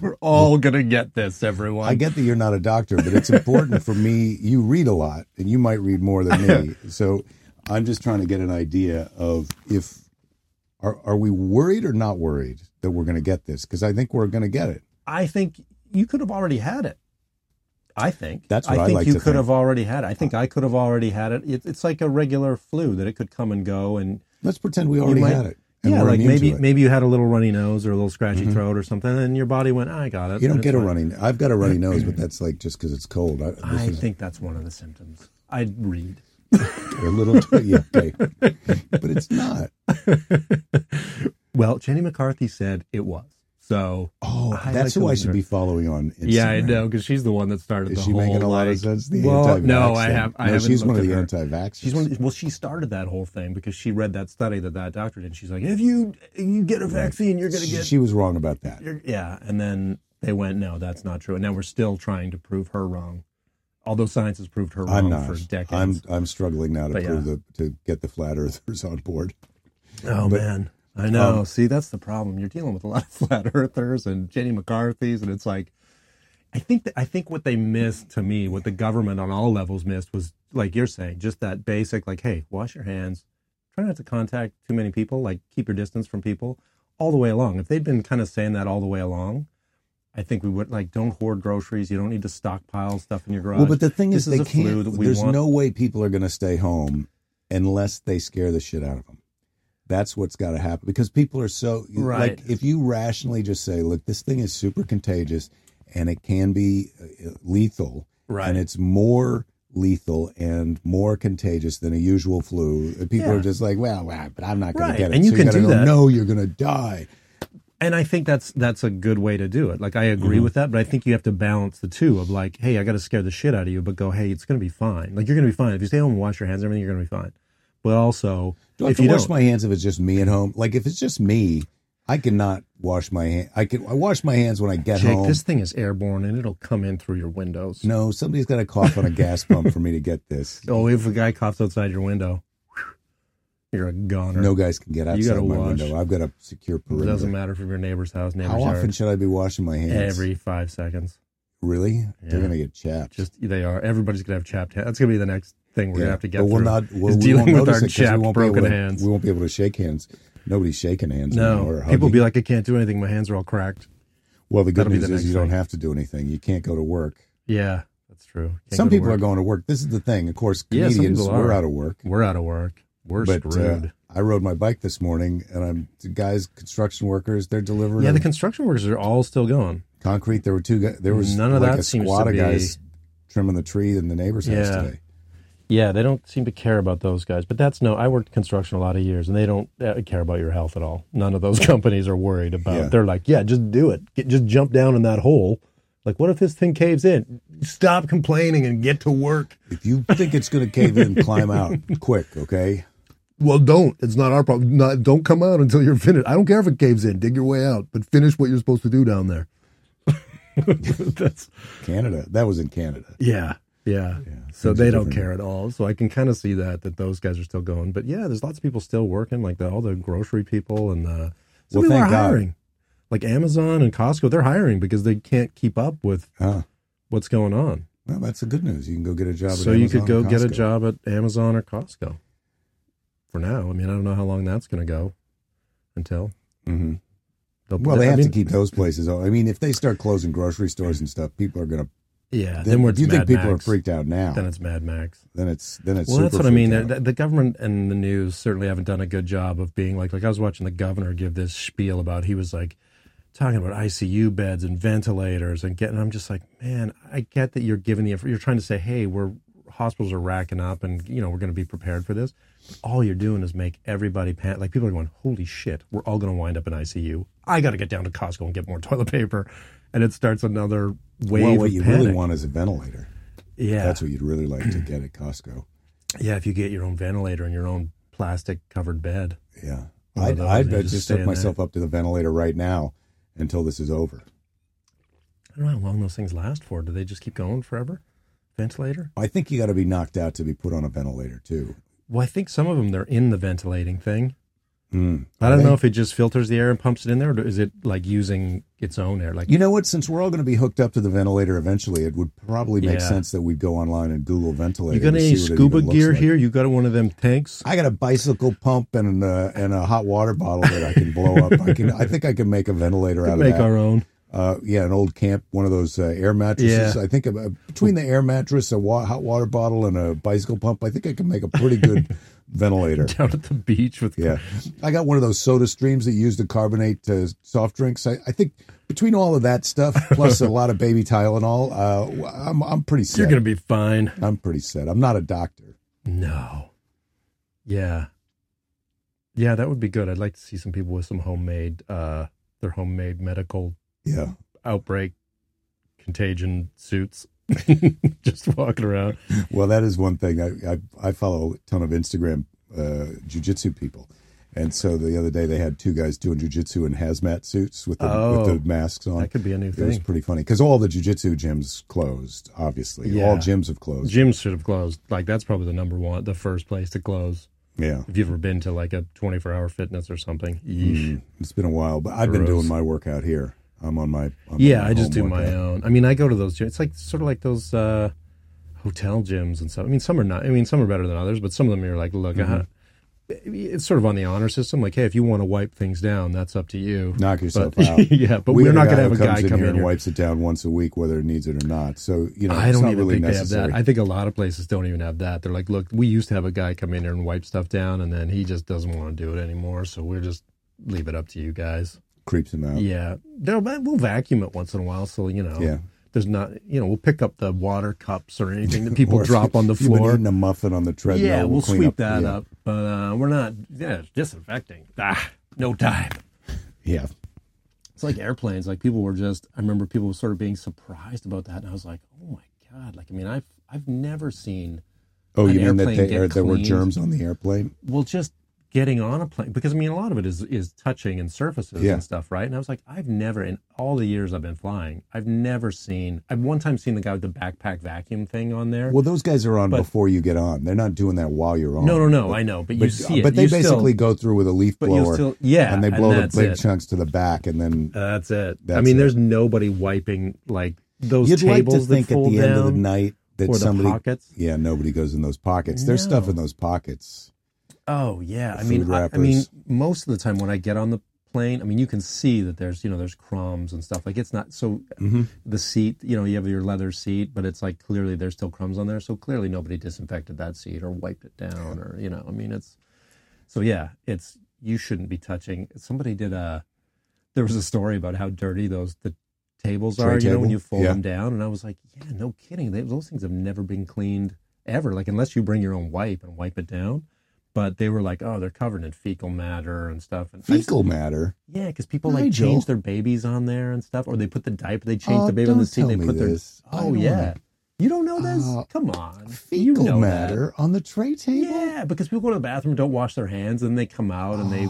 S4: We're all going to get this, everyone.
S3: I get that you're not a doctor, but it's important for me. You read a lot, and you might read more than me. So I'm just trying to get an idea of if are are we worried or not worried that we're going to get this? Because I think we're going to get it.
S4: I think you could have already had it. I think
S3: That's what I
S4: think
S3: like
S4: you
S3: to
S4: could
S3: think. Uh,
S4: have already had. It. I think I could have already had it. it. It's like a regular flu that it could come and go, and
S3: Let's pretend we already
S4: might-
S3: had it. And
S4: yeah,
S3: we're
S4: like
S3: immune
S4: maybe
S3: to it. Mm-hmm.
S4: maybe you had a little runny nose or a little scratchy throat or something, and your body went, "I got it."
S3: you don't
S4: It's
S3: get a
S4: fine."
S3: runny. I've got a runny nose, but that's like just because it's cold. I, this
S4: I
S3: is
S4: think that's one of the symptoms. I'd read.
S3: a little too, yeah, okay. but it's not.
S4: Well, Jenny McCarthy said it was. So
S3: Oh,
S4: I
S3: that's who
S4: like to
S3: I
S4: look
S3: should
S4: at her.
S3: be following on. Instagram.
S4: yeah, I know because she's the one that started.
S3: Is
S4: the
S3: she
S4: whole,
S3: making a lot
S4: like,
S3: of sense? The
S4: well,
S3: anti-vax
S4: no, I
S3: thing.
S4: have. I
S3: no,
S4: haven't
S3: she's one of
S4: looked
S3: the
S4: at her.
S3: anti-vaxxers.
S4: She's one. Of, well, she started that whole thing because she read that study that that doctor did. She's like, if you you get a vaccine, you're gonna get.
S3: she was wrong about that.
S4: You're, yeah, and then they went, no, that's not true. And now we're still trying to prove her wrong, although science has proved her
S3: I'm
S4: wrong
S3: not.
S4: for decades.
S3: I'm I'm struggling now to
S4: But
S3: prove
S4: yeah.
S3: the, to get the flat earthers on board.
S4: oh man, I know. um, See, that's the problem. You're dealing with a lot of flat earthers and Jenny McCarthy's, and it's like, I think that I think what they missed to me, what the government on all levels missed, was like you're saying, just that basic, like, hey, wash your hands, try not to contact too many people, like keep your distance from people, all the way along. If they'd been kind of saying that all the way along. I think we would like don't hoard groceries. You don't need to stockpile stuff in your garage.
S3: Well, but the thing
S4: This
S3: is, they
S4: a flu
S3: can't.
S4: that we
S3: there's
S4: want.
S3: no way people are going to stay home unless they scare the shit out of them. That's what's got to happen because people are so
S4: Right.
S3: like if you rationally just say, look, this thing is super contagious and it can be uh, lethal,
S4: Right.
S3: And it's more lethal and more contagious than a usual flu. People
S4: Yeah.
S3: are just like, well, well, but I'm not going
S4: Right.
S3: to get it.
S4: And you
S3: So
S4: can
S3: gotta
S4: do
S3: go,
S4: that.
S3: No, you're going to die.
S4: and I think that's that's a good way to do it. Like I agree
S3: Mm-hmm.
S4: with that, but I think you have to balance the two of like, hey, I got to scare the shit out of you, but go, hey, it's going to be fine. Like you're going to be fine if you stay home and wash your hands, and everything, you're going to be fine. But also,
S3: Do I have
S4: if
S3: to
S4: you
S3: wash
S4: don't,
S3: my hands if it's just me at home? Like if it's just me, I cannot wash my hand. I can. I wash my hands when I get
S4: Jake,
S3: home.
S4: this thing is airborne and it'll come in through your windows.
S3: No, somebody's got to cough on a gas pump for me to get this.
S4: Oh, if a guy coughs outside your window, you're a goner.
S3: No guys can get
S4: You gotta
S3: outside my
S4: wash.
S3: window. I've got a secure
S4: it doesn't
S3: perimeter.
S4: matter from your neighbor's house, neighbor's
S3: How
S4: yard.
S3: often should I be washing my hands?
S4: Every five seconds,
S3: really? They're
S4: Yeah.
S3: gonna get chapped.
S4: just they are. Everybody's gonna have chapped hands. That's gonna be the next thing we're
S3: Yeah.
S4: gonna have to get
S3: but
S4: through.
S3: we'll not. We'll,
S4: is
S3: we
S4: dealing
S3: won't
S4: with
S3: notice
S4: our
S3: it 'cause we
S4: chapped,
S3: won't be able
S4: broken
S3: to-
S4: hands.
S3: We won't be able to shake hands. Nobody's shaking hands. anymore or
S4: No, people
S3: hugging.
S4: be like, I can't do anything. My hands are all cracked.
S3: well, the good
S4: that'll be
S3: news
S4: the
S3: is you
S4: next
S3: don't
S4: thing.
S3: have to do anything. You can't go to work.
S4: Yeah, that's true. Can't
S3: some
S4: go to
S3: people are
S4: work.
S3: going to work. This is the thing. Of course,
S4: Yeah, some
S3: comedians,
S4: people
S3: we're
S4: are.
S3: out of work.
S4: We're out of work. We're
S3: But uh,
S4: screwed.
S3: I rode my bike this morning, and I'm the guys, construction workers. They're delivering.
S4: yeah, the construction workers are all still going.
S3: concrete. There were two. Guys, there was
S4: None of
S3: like
S4: that
S3: a
S4: seems
S3: squad
S4: to
S3: of
S4: be-
S3: guys trimming the tree in the neighbor's
S4: Yeah.
S3: house today.
S4: Yeah, they don't seem to care about those guys. But that's no. I worked construction a lot of years, and they don't uh, care about your health at all. None of those companies are worried about.
S3: Yeah.
S4: They're like, yeah, just do it. Get, just jump down in that hole. Like, what if this thing caves in? Stop complaining and get to work.
S3: If you think it's going to cave in, climb out quick. Okay.
S4: Well, don't. It's not our problem. Not, don't come out until you're finished. I don't care if it caves in. Dig your way out, but finish what you're supposed to do down there. That's
S3: Canada. That was in Canada.
S4: yeah, yeah. so
S3: things
S4: they
S3: are
S4: don't
S3: different.
S4: care at all. So I can kind of see that that those guys are still going. But yeah, there's lots of people still working, like the, all the grocery people and the
S3: Well,
S4: some people
S3: thank
S4: are
S3: God.
S4: hiring, like Amazon and Costco. They're hiring because they can't keep up with
S3: Huh.
S4: what's going on.
S3: Well, that's the good news. You can go get a job.
S4: so
S3: at
S4: you could
S3: Amazon
S4: go
S3: or
S4: get a
S3: Costco.
S4: job at Amazon or Costco. For now, I mean, I don't know how long that's going to go until.
S3: Mhm.
S4: they'll-
S3: Well, they
S4: I
S3: have
S4: mean,
S3: to keep those places. open. I mean, if they start closing grocery stores and stuff, people are going to.
S4: Yeah, then,
S3: Then
S4: we're
S3: if you
S4: Mad
S3: think people are
S4: Max.
S3: freaked out now?
S4: Then it's Mad Max.
S3: Then it's then it's.
S4: Well, that's
S3: super
S4: what I mean.
S3: freaked
S4: The,
S3: out.
S4: the government and the news certainly haven't done a good job of being like. Like I was watching the governor give this spiel about he was like talking about ICU beds and ventilators and getting. I'm just like, man, I get that you're giving the inf- you're trying to say, hey, we're hospitals are racking up and you know we're going to be prepared for this. But all you're doing is make everybody panic. Like people are going, holy shit, we're all going to wind up in ICU. I got to get down to Costco and get more toilet paper, and it starts another wave.
S3: well, what
S4: of
S3: you
S4: panic.
S3: really want is a ventilator.
S4: yeah,
S3: That's what you'd really like to get at Costco.
S4: Yeah, if you get your own ventilator and your own plastic covered bed.
S3: Yeah.
S4: One of
S3: I'd,
S4: those,
S3: I'd
S4: yeah,
S3: just,
S4: just stay
S3: hook
S4: in there.
S3: myself up to the ventilator right now until this is over.
S4: I don't know how long those things last for. Do they just keep going forever? ventilator?
S3: I think you got to be knocked out to be put on a ventilator too.
S4: Well, I think some of them they're in the ventilating thing.
S3: Mm.
S4: I don't
S3: Are they?
S4: know if it just filters the air and pumps it in there, or is it like using its own air? Like,
S3: You know what? Since we're all going to be hooked up to the ventilator eventually, it would probably make
S4: Yeah.
S3: sense that we'd go online and Google ventilator.
S4: you got
S3: to
S4: any
S3: see what it
S4: scuba
S3: even looks
S4: gear
S3: like.
S4: here? You got one of them tanks?
S3: I got a bicycle pump and a, and a hot water bottle that I can blow up. I can. I think I can make a ventilator out of
S4: Make
S3: that.
S4: our own.
S3: uh, yeah, an old camp, one of those uh, air mattresses.
S4: Yeah.
S3: I think uh, between the air mattress, a wa- hot water bottle, and a bicycle pump, I think I can make a pretty good ventilator.
S4: down at the beach with
S3: Yeah, I got one of those soda streams that you use to carbonate uh, soft drinks. I, I think between all of that stuff, plus a lot of baby Tylenol, uh, I'm I'm pretty set.
S4: You're gonna be fine.
S3: I'm pretty set. I'm not a doctor.
S4: No. Yeah. Yeah, that would be good. I'd like to see some people with some homemade uh their homemade medical
S3: Yeah,
S4: outbreak contagion suits just walking around.
S3: Well, that is one thing. I I, I follow a ton of Instagram uh, jujitsu people, and so the other day they had two guys doing jujitsu in hazmat suits with the,
S4: Oh.
S3: with the masks on.
S4: That could be a new
S3: It was
S4: thing.
S3: pretty funny because all the jujitsu gyms closed. Obviously,
S4: Yeah.
S3: all gyms have closed.
S4: Gyms should have closed. Like that's probably the number one the first place to close.
S3: yeah,
S4: If you've ever been to like a twenty four hour fitness or something. Yeesh.
S3: it's been a while, but I've been
S4: Gross.
S3: doing my workout here. I'm on my I'm on
S4: Yeah,
S3: my
S4: I just do
S3: home
S4: my
S3: workout.
S4: own. I mean, I go to those. gyms. It's like sort of like those uh, hotel gyms and stuff. I mean, some are not. I mean, some are better than others, but some of them you're like, look,
S3: Mm-hmm.
S4: uh, it's sort of on the honor system. Like, hey, if you want to wipe things down, that's up to you.
S3: Knock yourself
S4: But-
S3: out.
S4: yeah, but
S3: We
S4: we are
S3: had
S4: not going to have
S3: who
S4: a guy
S3: comes in
S4: come
S3: here
S4: in
S3: and
S4: here.
S3: wipes it down once a week, whether it needs it or not. So you know,
S4: I
S3: it's
S4: don't
S3: not
S4: even
S3: really
S4: think
S3: necessary.
S4: they have that. I think a lot of places don't even have that. They're like, look, we used to have a guy come in here and wipe stuff down, and then he just doesn't want to do it anymore. So we're just leave it up to you guys.
S3: Creeps him out.
S4: Yeah, no, but we'll vacuum it once in a while, so you know.
S3: Yeah.
S4: there's not, you know, we'll pick up the water cups or anything that people
S3: Or if
S4: drop on the
S3: you've been
S4: floor.
S3: eating a muffin on the treadmill.
S4: Yeah, we'll,
S3: clean
S4: sweep that
S3: yeah.
S4: up, but uh, we're not. Yeah, it's disinfecting. Ah, no time.
S3: Yeah,
S4: It's like airplanes. Like people were just. I remember people were sort of being surprised about that, and I was like, oh my god. Like I mean, I've I've never seen
S3: Oh,
S4: an
S3: you mean that
S4: airplane
S3: they,
S4: get
S3: or there were
S4: cleaned.
S3: germs on the airplane?
S4: well, just getting on a plane because I mean a lot of it is is touching and surfaces
S3: Yeah.
S4: and stuff, right? And I was like, I've never in all the years I've been flying, I've never seen. I've one time seen the guy with the backpack vacuum thing on there.
S3: Well, those guys are on
S4: But-
S3: before you get on. They're not doing that while you're on.
S4: no, no, no, I know, but, you
S3: But,
S4: see it.
S3: but they
S4: You still-
S3: basically go through with a leaf
S4: but you
S3: blower,
S4: still, yeah,
S3: and they blow the
S4: that's
S3: big
S4: it.
S3: chunks to the back, and then
S4: That's it. I
S3: That's
S4: mean,
S3: it.
S4: there's nobody wiping like those
S3: you'd like
S4: tables
S3: to think
S4: that
S3: at
S4: fold
S3: the
S4: down
S3: end of the night that
S4: or
S3: somebody,
S4: the pockets.
S3: yeah, nobody goes in those pockets. There's stuff
S4: No.
S3: in those pockets.
S4: Oh yeah, I
S3: food
S4: mean, I, I
S3: wrappers.
S4: mean, most of the time when I get on the plane, I mean, you can see that there's you know there's crumbs and stuff. Like it's not so the seat, you know, you have your leather seat, but it's like clearly there's still crumbs on there. So clearly nobody disinfected that seat or wiped it down or you know, I mean, it's so yeah, it's you shouldn't be touching. Somebody did a there was a story about how dirty those the tables
S3: Tray
S4: are, you know, when
S3: table?
S4: you fold
S3: Yeah.
S4: them down, and I was like, yeah, no kidding, they, those things have never been cleaned ever, like unless you bring your own wipe and wipe it down. But they were like, oh, they're covered in fecal matter and stuff. And I just-
S3: Fecal matter.
S4: yeah, because people like
S3: Nigel.
S4: change their babies on there and stuff, or they put the diaper, they change
S3: Oh,
S4: the baby on the
S3: don't
S4: seat, they
S3: tell me
S4: put their.
S3: this. I
S4: Oh
S3: don't
S4: yeah,
S3: wanna-
S4: you don't know this?
S3: Oh,
S4: Come on, you
S3: Fecal
S4: know that.
S3: matter on the tray table.
S4: Yeah, because Uh, people go to the bathroom, don't wash their hands, and they come out and they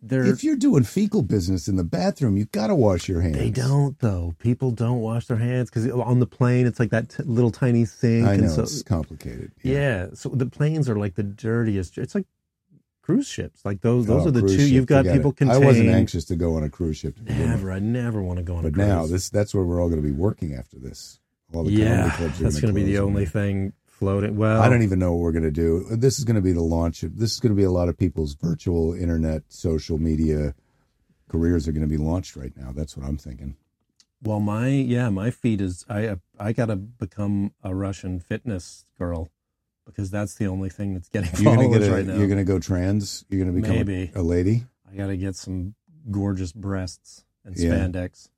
S4: they're
S3: If you're doing fecal business in the bathroom, you got to wash your hands.
S4: They don't though. People don't wash their hands because on the plane it's like that t- little tiny sink.
S3: I know
S4: and so,
S3: it's complicated.
S4: yeah. So the planes are like the dirtiest. It's like cruise ships. Like those. Those
S3: Oh,
S4: are the
S3: cruise
S4: two.
S3: ship,
S4: You've got
S3: forget
S4: people
S3: it.
S4: contained.
S3: I wasn't anxious to go on a cruise ship to begin with.
S4: Never. I never want to go on a
S3: But
S4: cruise.
S3: now this that's where we're all going to be working after this. All the comedy
S4: yeah,
S3: clubs are
S4: that's
S3: going to
S4: be the
S3: close.
S4: only oh. thing floating. Well,
S3: I don't e- even know what we're going to do. This is going to be the launch of this is going to be a lot of people's virtual internet social media careers are going to be launched right now. That's what I'm thinking.
S4: Well, my yeah, my feed is I uh, I gotta become a Russian fitness girl because that's the only thing that's getting
S3: You're
S4: followers
S3: going to get a,
S4: right now.
S3: you're going to go trans. You're going to become a-
S4: Maybe.
S3: A, lady.
S4: I got to get some gorgeous breasts and
S3: Yeah.
S4: spandex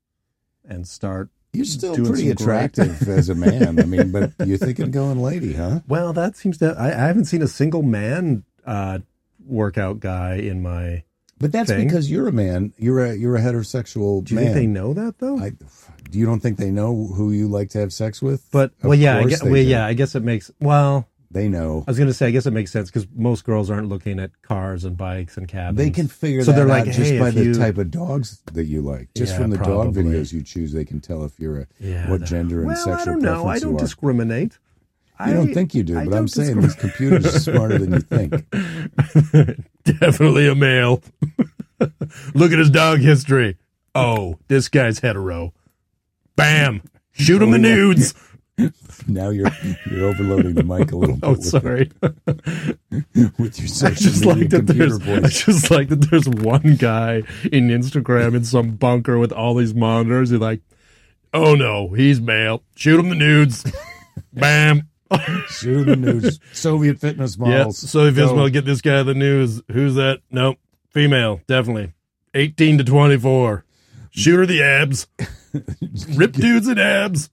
S4: and start.
S3: You're still
S4: Doing
S3: pretty
S4: some great-
S3: attractive as a man. I mean, but you're thinking going lady, huh?
S4: Well, that seems to. I, I haven't seen a single man uh, workout guy in my.
S3: But that's
S4: Thing.
S3: because you're a man. You're a you're a heterosexual
S4: Do you
S3: man.
S4: think they know that though?
S3: I, you don't think they know who you like to have sex with?
S4: but
S3: Of
S4: well, yeah, I
S3: course
S4: guess,
S3: they
S4: well, Uh,
S3: do.
S4: yeah. I guess it makes well.
S3: They know.
S4: I was going to say, I guess it makes sense because most girls aren't looking at cars and bikes and cabins.
S3: They can figure
S4: So
S3: that
S4: they're like,
S3: out just
S4: "Hey,
S3: by
S4: if
S3: the
S4: you-
S3: type of dogs that you like. Just
S4: Yeah,
S3: from the dog
S4: probably.
S3: videos you choose, they can tell if you're a
S4: Yeah,
S3: what
S4: they're-
S3: gender and
S4: well,
S3: sexual
S4: I don't know. I
S3: preference
S4: don't
S3: you are.
S4: discriminate.
S3: you don't think you do,
S4: I
S3: but I'm
S4: don't
S3: saying these computers are smarter than you think.
S4: Definitely a male. Look at his dog history. Oh, this guy's hetero. Bam. Shoot him in the
S3: Oh.
S4: nudes.
S3: Now you're you're overloading the mic a little bit
S4: Oh,
S3: with,
S4: sorry.
S3: with your
S4: I
S3: social
S4: just
S3: media
S4: like that
S3: computer
S4: there's I
S3: voice.
S4: just like that there's one guy in Instagram in some bunker with all these monitors. He's like, oh no, he's male. Shoot him the nudes. Bam.
S3: Shoot the news. Soviet fitness models.
S4: Yeah. So if
S3: Go.
S4: Ismail get this guy the news, who's that? Nope. Female, definitely. 18 to 24. Shoot her the abs. Rip dudes in abs.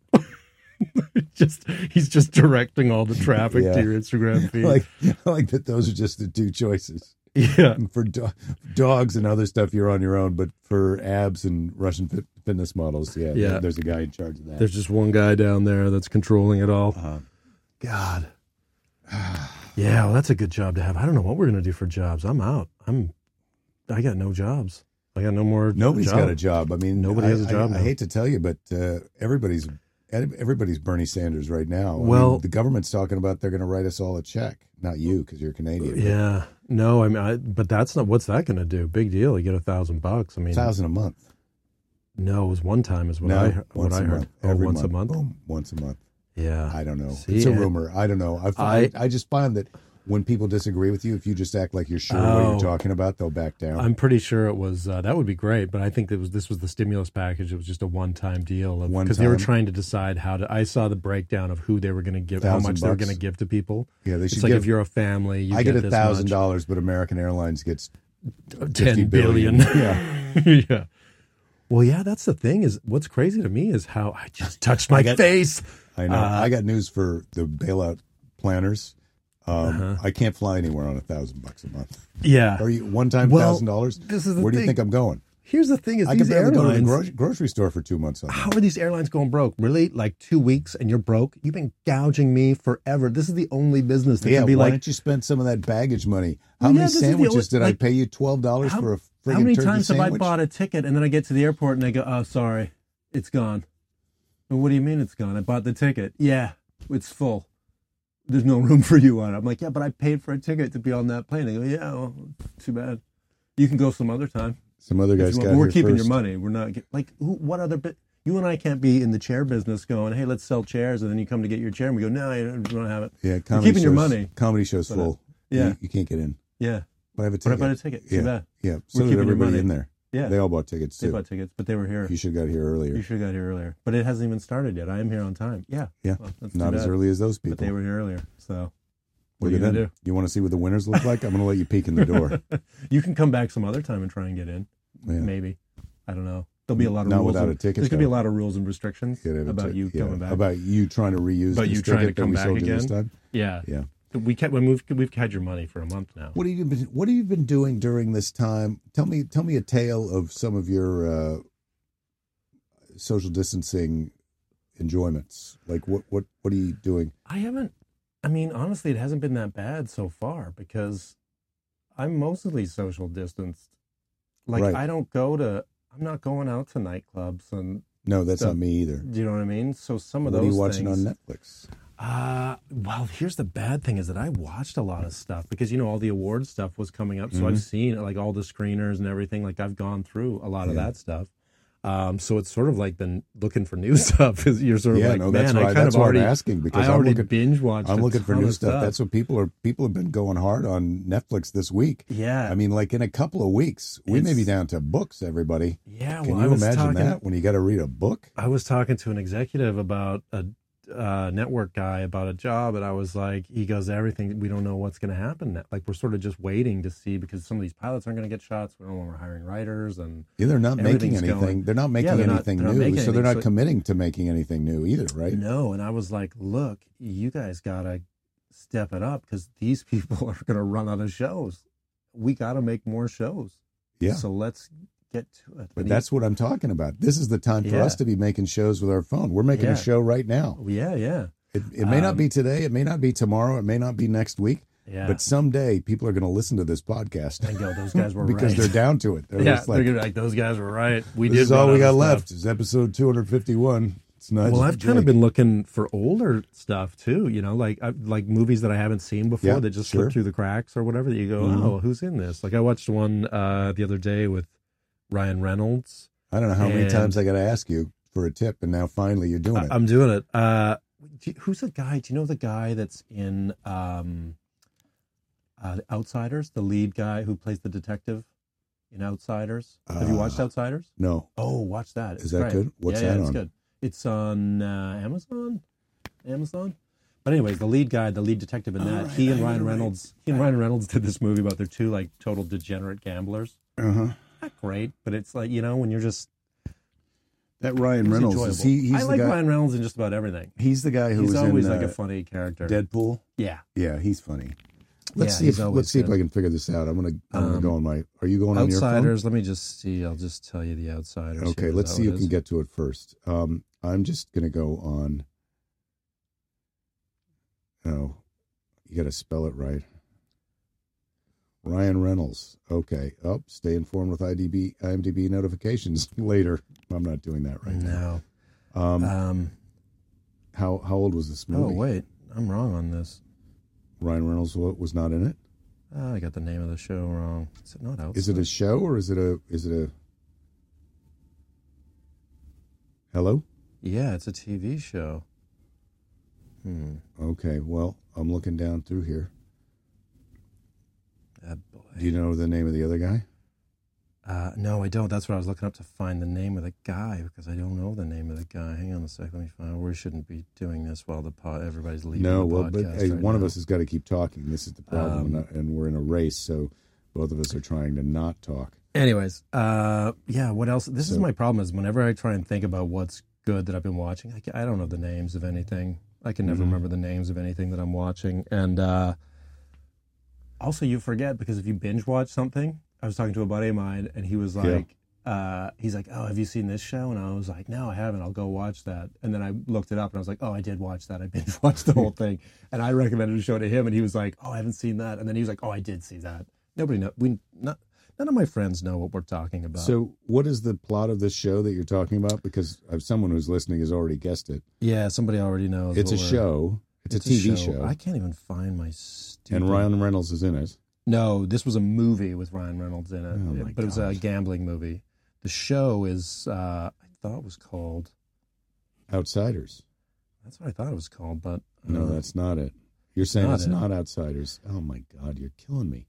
S4: just he's just directing all the traffic
S3: Yeah.
S4: to your Instagram feed.
S3: like I like that those are just the two choices.
S4: yeah.
S3: For do- dogs and other stuff you're on your own, but for abs and Russian fit- fitness models, yeah,
S4: Yeah.
S3: there's a guy in charge of that.
S4: There's just one guy down there that's controlling it all.
S3: Uh-huh.
S4: God. yeah, well, that's a good job to have. I don't know what we're gonna do for jobs. I'm out. I'm I got no jobs. I got no more
S3: Nobody's
S4: job.
S3: got a job. I mean,
S4: Nobody
S3: I-
S4: has a job
S3: I, I
S4: now.
S3: hate to tell you, but uh, everybody's everybody's Bernie Sanders right now. I mean,
S4: Well-
S3: the government's talking about they're going to write us all a check. Not you, because you're Canadian. but
S4: Yeah. No, I mean, I, but that's not what's that going to do? Big deal. You get a thousand bucks. I mean,
S3: a thousand a month.
S4: no, it was one time is what
S3: no,
S4: I he- what
S3: once
S4: I
S3: a
S4: heard.
S3: month.
S4: Oh,
S3: Every
S4: once a month.
S3: Boom, once a month.
S4: Yeah.
S3: I don't know.
S4: See,
S3: it's a
S4: and-
S3: rumor. I don't know. I, find, I just find that when people disagree with you, if you just act like you're sure what
S4: Oh.
S3: you're talking about, they'll back down.
S4: I'm pretty sure it was uh, that would be great, but I think it was this was the stimulus package. It was just a one-time deal
S3: One
S4: because they were
S3: time.
S4: trying to decide how to. I saw the breakdown of who they were going to give, how
S3: Thousand
S4: much they were
S3: bucks.
S4: going to give to people.
S3: yeah, they
S4: It's
S3: should
S4: like
S3: give.
S4: if you're a family, you
S3: I
S4: get
S3: get a
S4: this
S3: thousand
S4: much,
S3: dollars, but American Airlines gets fifty
S4: ten billion.
S3: billion. yeah.
S4: yeah. Well, yeah, that's the thing. Is what's crazy to me is how I just touched my face.
S3: I know.
S4: Uh,
S3: I got news for the bailout planners. Um,
S4: Uh-huh.
S3: I can't fly anywhere on a thousand bucks a month.
S4: Yeah.
S3: Are you one time
S4: Well,
S3: thousand dollars?
S4: this is the
S3: Where do you
S4: thing.
S3: think I'm going?
S4: Here's the thing: is
S3: I can
S4: these
S3: barely go to the
S4: airlines.
S3: gro- grocery store for two months. On that.
S4: how are these airlines going broke? Really? Like two weeks and you're broke? You've been gouguging me forever. This is the only business that
S3: Yeah,
S4: can be
S3: why
S4: like.
S3: don't you spend some of that baggage money? How
S4: Yeah,
S3: many
S4: this is the
S3: sandwiches
S4: only-
S3: did
S4: like,
S3: I pay you? Twelve dollars
S4: how-
S3: for a friggin'
S4: How many
S3: turkey
S4: times have
S3: sandwich?
S4: I bought a ticket and then I get to the airport and they go, "Oh, sorry, it's gone." Well, what do you mean it's gone? I bought the ticket. Yeah, it's full. There's no room for you on it. I'm like, yeah, but I paid for a ticket to be on that plane. They go, yeah, well, too bad. You can go some other time.
S3: Some other
S4: If
S3: guys
S4: you
S3: got
S4: want- we're
S3: here
S4: keeping
S3: first.
S4: your money. We're not get, like who, what other bit. You and I can't be in the chair business going, hey, let's sell chairs, and then you come to get your chair, and we go, no, I don't, don't have it.
S3: Yeah, comedy
S4: keeping your
S3: shows-
S4: money,
S3: Comedy shows
S4: uh,
S3: full.
S4: yeah.
S3: you, you can't get in.
S4: Yeah,
S3: But I have a
S4: but I
S3: ticket.
S4: bought a ticket. Too
S3: Yeah.
S4: bad.
S3: yeah, so did
S4: keeping your
S3: everybody
S4: money.
S3: in there.
S4: Yeah,
S3: They all bought tickets
S4: they
S3: too.
S4: bought tickets, but they were here.
S3: You should have got here
S4: You
S3: earlier.
S4: should have got here earlier, but it hasn't even started yet. I am here on time. Yeah,
S3: Yeah,
S4: Well, that's too
S3: not as
S4: bad.
S3: early as those people.
S4: but they were here earlier. So
S3: Look
S4: what are you
S3: at
S4: gonna
S3: them. You want to see what the winners look like? I'm going to let you peek in the door.
S4: you can come back some other time and try and get in.
S3: Yeah.
S4: Maybe I don't know. There'll be a lot of
S3: Not
S4: rules.
S3: without
S4: and-
S3: a ticket,
S4: There's gonna be a
S3: though.
S4: lot of rules and restrictions
S3: Get it
S4: about
S3: to-
S4: you
S3: yeah,
S4: coming back.
S3: About you trying to reuse.
S4: About
S3: this
S4: you trying to
S3: ticket that
S4: come
S3: we
S4: back
S3: sold you this
S4: again?
S3: time.
S4: yeah,
S3: Yeah.
S4: We kept when we've we've had your money for a month now.
S3: What have you been? What have you been doing during this time? Tell me. Tell me a tale of some of your uh, social distancing enjoyments. Like what? What? What are you doing?
S4: I haven't. I mean, honestly, it hasn't been that bad so far because I'm mostly social distanced. Like
S3: Right.
S4: I don't go to. I'm not going out to nightclubs, and
S3: No, that's
S4: So,
S3: not me either.
S4: do you know what I mean? So some of
S3: What are
S4: those
S3: you watching
S4: things,
S3: on Netflix?
S4: Uh, well, here's the bad thing is that I watched a lot of stuff because you know all the award stuff was coming up, so
S3: Mm-hmm.
S4: I've seen like all the screeners and everything. Like I've gone through a lot of
S3: Yeah.
S4: that stuff. Um, so it's sort of like been looking for new stuff. Is you're sort of
S3: yeah,
S4: like,
S3: no,
S4: man,
S3: that's
S4: I
S3: why.
S4: kind
S3: That's
S4: of
S3: why
S4: already,
S3: I'm asking because
S4: I already
S3: am looking.
S4: binge watched.
S3: I'm
S4: a
S3: looking for
S4: ton
S3: new
S4: of
S3: stuff. That's what people are. People have been going hard on Netflix this week.
S4: yeah,
S3: I mean, like in a couple of weeks, we may
S4: It's-
S3: be down to books. Everybody,
S4: yeah.
S3: can
S4: well, I
S3: you
S4: was
S3: imagine
S4: talking,
S3: that when you got to read a book?
S4: I was talking to an executive about a uh, network guy about a job, and I was like, he goes, everything, we don't know what's going to happen. Now. Like, we're sort of just waiting to see because some of these pilots aren't going to get shots. We don't know when we're hiring writers. And
S3: Yeah, they're not making
S4: Everything's
S3: anything.
S4: going-
S3: They're not making
S4: Yeah, they're not-
S3: anything
S4: they're not
S3: new,
S4: making
S3: so they're
S4: anything,
S3: not
S4: so-
S3: committing to making anything new either, right?
S4: no. And I was like, look, you guys got to step it up because these people are going to run out of shows. We got to make more shows.
S3: Yeah,
S4: So let's get to it.
S3: but
S4: And he-
S3: that's what I'm talking about. This is the time for
S4: Yeah.
S3: us to be making shows with our phone. We're making
S4: Yeah.
S3: a show right now.
S4: yeah, yeah.
S3: It, it may not be today. It may not be tomorrow. It may not be next week.
S4: Yeah.
S3: But someday people are going to listen to this podcast
S4: and go, those guys were
S3: because
S4: right.
S3: they're down to it. They're
S4: yeah,
S3: just like,
S4: they're gonna be like, those guys were right. We
S3: this
S4: did.
S3: is all
S4: run
S3: we
S4: out
S3: got
S4: of stuff."
S3: left. It's episode 251. It's not.
S4: Well, I've kind of been looking for older stuff too. You know, like I, like movies that I haven't seen before
S3: Yeah,
S4: that just
S3: sure.
S4: slip through the cracks or whatever. That you go,
S3: Mhm.
S4: oh, who's in this? Like I watched one uh, the other day with Ryan Reynolds.
S3: I don't know how many
S4: and-
S3: times I got to ask you for a tip, and now finally you're doing
S4: I,
S3: it.
S4: am doing it. Uh, do you- who's the guy? Do you know the guy that's in um, uh, Outsiders? The lead guy who plays the detective in Outsiders. Have you watched
S3: Uh,
S4: Outsiders?
S3: no,
S4: Oh, watch that.
S3: Is
S4: It's
S3: that
S4: great.
S3: good? What's
S4: yeah,
S3: that
S4: yeah, it's
S3: on?
S4: good. It's on uh, Amazon. Amazon. But anyways, the lead guy, the lead detective in
S3: All
S4: that,
S3: right,
S4: he and
S3: I-
S4: Ryan
S3: you're right.
S4: Reynolds, he and Ryan Reynolds did this movie about their two like total degenerate gamblers.
S3: uh-huh.
S4: Not great, but it's like you know when you're just
S3: that Ryan
S4: it's
S3: Reynolds
S4: enjoyable.
S3: is he? He's
S4: I
S3: the
S4: like
S3: guy.
S4: Ryan Reynolds in just about everything.
S3: He's the guy who
S4: He's
S3: was
S4: always
S3: in
S4: like a
S3: uh,
S4: funny character.
S3: Deadpool.
S4: Yeah,
S3: Yeah, he's funny. Let's
S4: Yeah,
S3: see.
S4: he's
S3: If, let's
S4: always
S3: see if
S4: good.
S3: I can figure this out. I'm gonna. I'm gonna
S4: Um,
S3: go on my. Are you going on your phone?
S4: Outsiders. Let me just see. I'll just tell you the Outsiders. here.
S3: Okay,
S4: Is
S3: let's
S4: that
S3: see
S4: what
S3: who
S4: it
S3: can
S4: is?
S3: get to it first. Um, I'm just gonna go on. Oh, you got to spell it right. Ryan Reynolds. Okay. Oh, stay informed with IDB, IMDb notifications later. I'm not doing that right now.
S4: No.
S3: Um,
S4: Um,
S3: how how old was this
S4: oh
S3: movie?
S4: wait, I'm wrong on this.
S3: Ryan Reynolds wa- was not in it.
S4: Oh, I got the name of the show wrong. Is it not Outsiders?
S3: Is it a show or is it a is it a? Hello.
S4: Yeah, it's a TV show.
S3: Okay. Well, I'm looking down through here.
S4: Ah,
S3: Do
S4: boy.
S3: you know the name of the other guy?
S4: Uh, no, I don't. That's what I was looking up to find the name of the guy because I don't know the name of the guy. Hang on a sec. Let me find. We shouldn't be doing this while the pod, everybody's leaving.
S3: no,
S4: the
S3: well, but
S4: podcast
S3: hey,
S4: right
S3: one of
S4: now. Um,
S3: us has got to keep talking. This is the problem, and, I- and we're in a race, so both of us are trying to not talk.
S4: Anyways, uh, yeah. What else? This is
S3: So-
S4: my problem. Is whenever I try and think about what's good that I've been watching, I, ca- I don't know the names of anything. I can
S3: Mm-hmm.
S4: never remember the names of anything that I'm watching, and uh, also you forget because if you binge watch something, I was talking to a buddy of mine, and he was like, uh, he's like, oh, have you seen this show? And I was like, no, I haven't. I'll go watch that. And then I looked it up, and I was like, oh, I did watch that. I binge watched the whole thing, and I recommended a show to him, and he was like, oh, I haven't seen that. And then he was like, oh, I did see that. Nobody know. We not. None of my friends know what we're talking about.
S3: So, what is the plot of this show that you're talking about? Because uh, someone who's listening has already guessed it.
S4: yeah, somebody already knows.
S3: It's a
S4: what we're-
S3: show. It's, a TV show,
S4: I can't even find my stupid.
S3: and Ryan Reynolds is in it.
S4: No, this was a movie with Ryan Reynolds in it,
S3: Oh, my
S4: but it was a
S3: gosh.
S4: gambling movie. The show is, uh, I thought it was called.
S3: Outsiders.
S4: That's what I thought it was called, but uh,
S3: No, that's not it. You're saying
S4: not
S3: it's
S4: it.
S3: not Outsiders. Oh my God, you're killing me.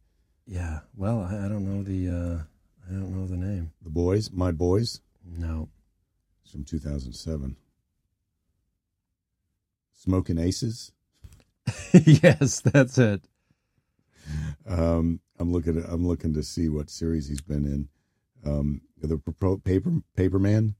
S4: yeah. Well, I, I don't know the, uh, I don't know the name.
S3: The boys, my boys,
S4: No,
S3: it's from 2007. Smoking Aces.
S4: yes, that's it.
S3: Um, I'm looking. I'm looking to see what series he's been in. Um, the pro- paper Paperman.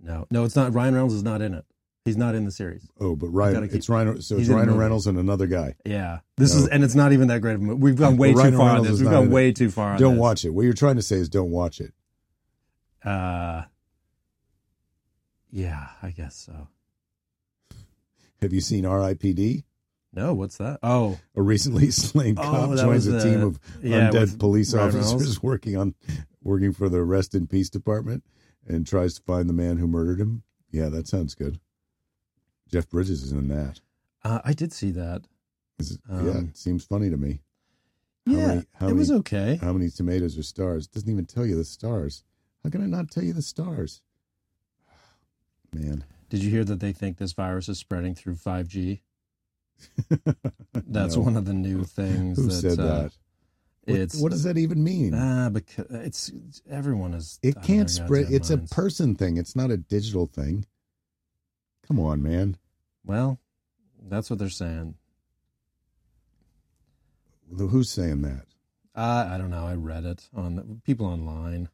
S4: No, no, it's not. Ryan Reynolds is not in it. He's not in the series.
S3: Oh, but
S4: gotta
S3: Ryan.
S4: keep-
S3: it's Ryan. So it's
S4: he's in the
S3: Ryan
S4: movie.
S3: Reynolds and another guy.
S4: Yeah, this
S3: No.
S4: is, and it's not even that great of a movie. We've gone way
S3: Ryan
S4: too far on
S3: Reynolds
S4: this.
S3: is
S4: We've
S3: not in
S4: gone
S3: it.
S4: way too far. On
S3: Don't
S4: this.
S3: watch it. What you're trying to say is don't watch it.
S4: Uh, yeah, I guess so.
S3: Have you seen R.I.P.D.?
S4: No, what's that? Oh,
S3: A recently slain
S4: Oh,
S3: cop
S4: that
S3: joins
S4: was
S3: a
S4: the-
S3: team of
S4: yeah,
S3: undead
S4: with
S3: police
S4: Ryan
S3: officers
S4: Reynolds.
S3: working on working for the Rest in Peace Department and tries to find the man who murdered him. Yeah, that sounds good. Jeff Bridges is in that.
S4: uh, I did see that.
S3: Is it- yeah,
S4: Um,
S3: it seems funny to me. How
S4: Yeah,
S3: many- how
S4: it was
S3: many-
S4: okay.
S3: How many tomatoes are stars? Doesn't even tell you the stars. How can I not tell you the stars? Man,
S4: Did you hear that they think this virus is spreading through 5G? That's
S3: No.
S4: one of the new things.
S3: who
S4: that,
S3: said
S4: uh,
S3: that? What,
S4: It's
S3: what does that even mean?
S4: Ah, because it's everyone is. out
S3: it
S4: of
S3: can't
S4: their
S3: spread.
S4: goddamn
S3: It's
S4: minds.
S3: a person thing. It's not a digital thing. Come on, man.
S4: Well, that's what they're saying.
S3: Who's saying that?
S4: Uh, I don't know. I read it on people online.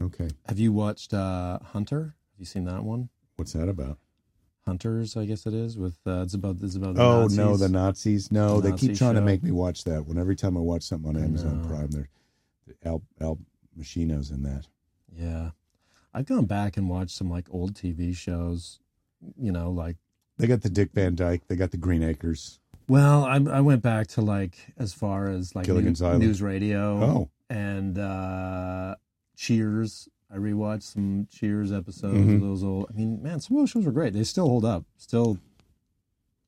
S3: Okay,
S4: Have you watched uh, Hunter? Have you seen that one?
S3: what's that about?
S4: Hunters, I guess it is. With uh, it's about it's about. The
S3: oh
S4: Nazis.
S3: no, the Nazis! No,
S4: The
S3: they keep
S4: Nazi
S3: trying to
S4: show.
S3: make me watch that. When every time I watch something on
S4: I
S3: Amazon
S4: know.
S3: Prime, they're Al Al Machino's in that.
S4: Yeah. I've gone back and watched some like old TV shows. you know, like
S3: They got the Dick Van Dyke. They got the Green Acres.
S4: well, I I went back to like as far as like
S3: Gilligan's
S4: new-
S3: Island.
S4: news radio
S3: Oh,
S4: and uh Cheers. I rewatched some Cheers episodes
S3: Mhm.
S4: of those old. I mean, man, some of those shows were great. They still hold up. Still,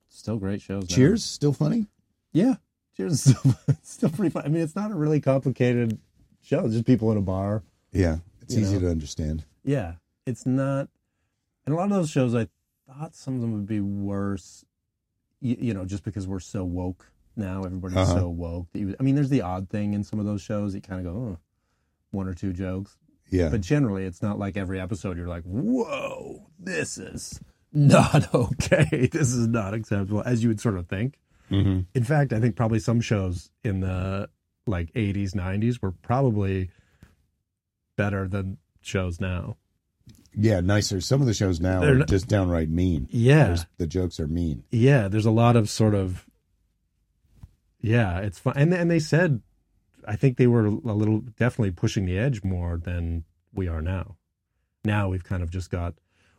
S4: still great shows. now.
S3: Cheers still funny.
S4: Yeah, Cheers is still, it's still pretty fun. I mean, it's not a really complicated show. It's just people in a bar.
S3: Yeah, it's
S4: You
S3: easy
S4: know.
S3: to understand.
S4: Yeah, it's not. And a lot of those shows, I thought some of them would be worse. You, you know, just because we're so woke now, everybody's
S3: Uh-huh.
S4: so woke. That you, I mean, there's the odd thing in some of those shows. that You kind of go, oh, one or two jokes,
S3: Yeah,
S4: but generally, it's not like every episode you're like, whoa, this is not okay. This is not acceptable, as you would sort of think.
S3: Mhm.
S4: In fact, I think probably some shows in the like 80s, 90s were probably better than shows now.
S3: yeah, nicer. Some of the shows now
S4: They're
S3: are
S4: not-
S3: just downright mean.
S4: Yeah.
S3: There's- the jokes are mean.
S4: yeah, there's a lot of sort of yeah, it's fun. And and they said I think they were a little definitely pushing the edge more than we are now. Now we've kind of just got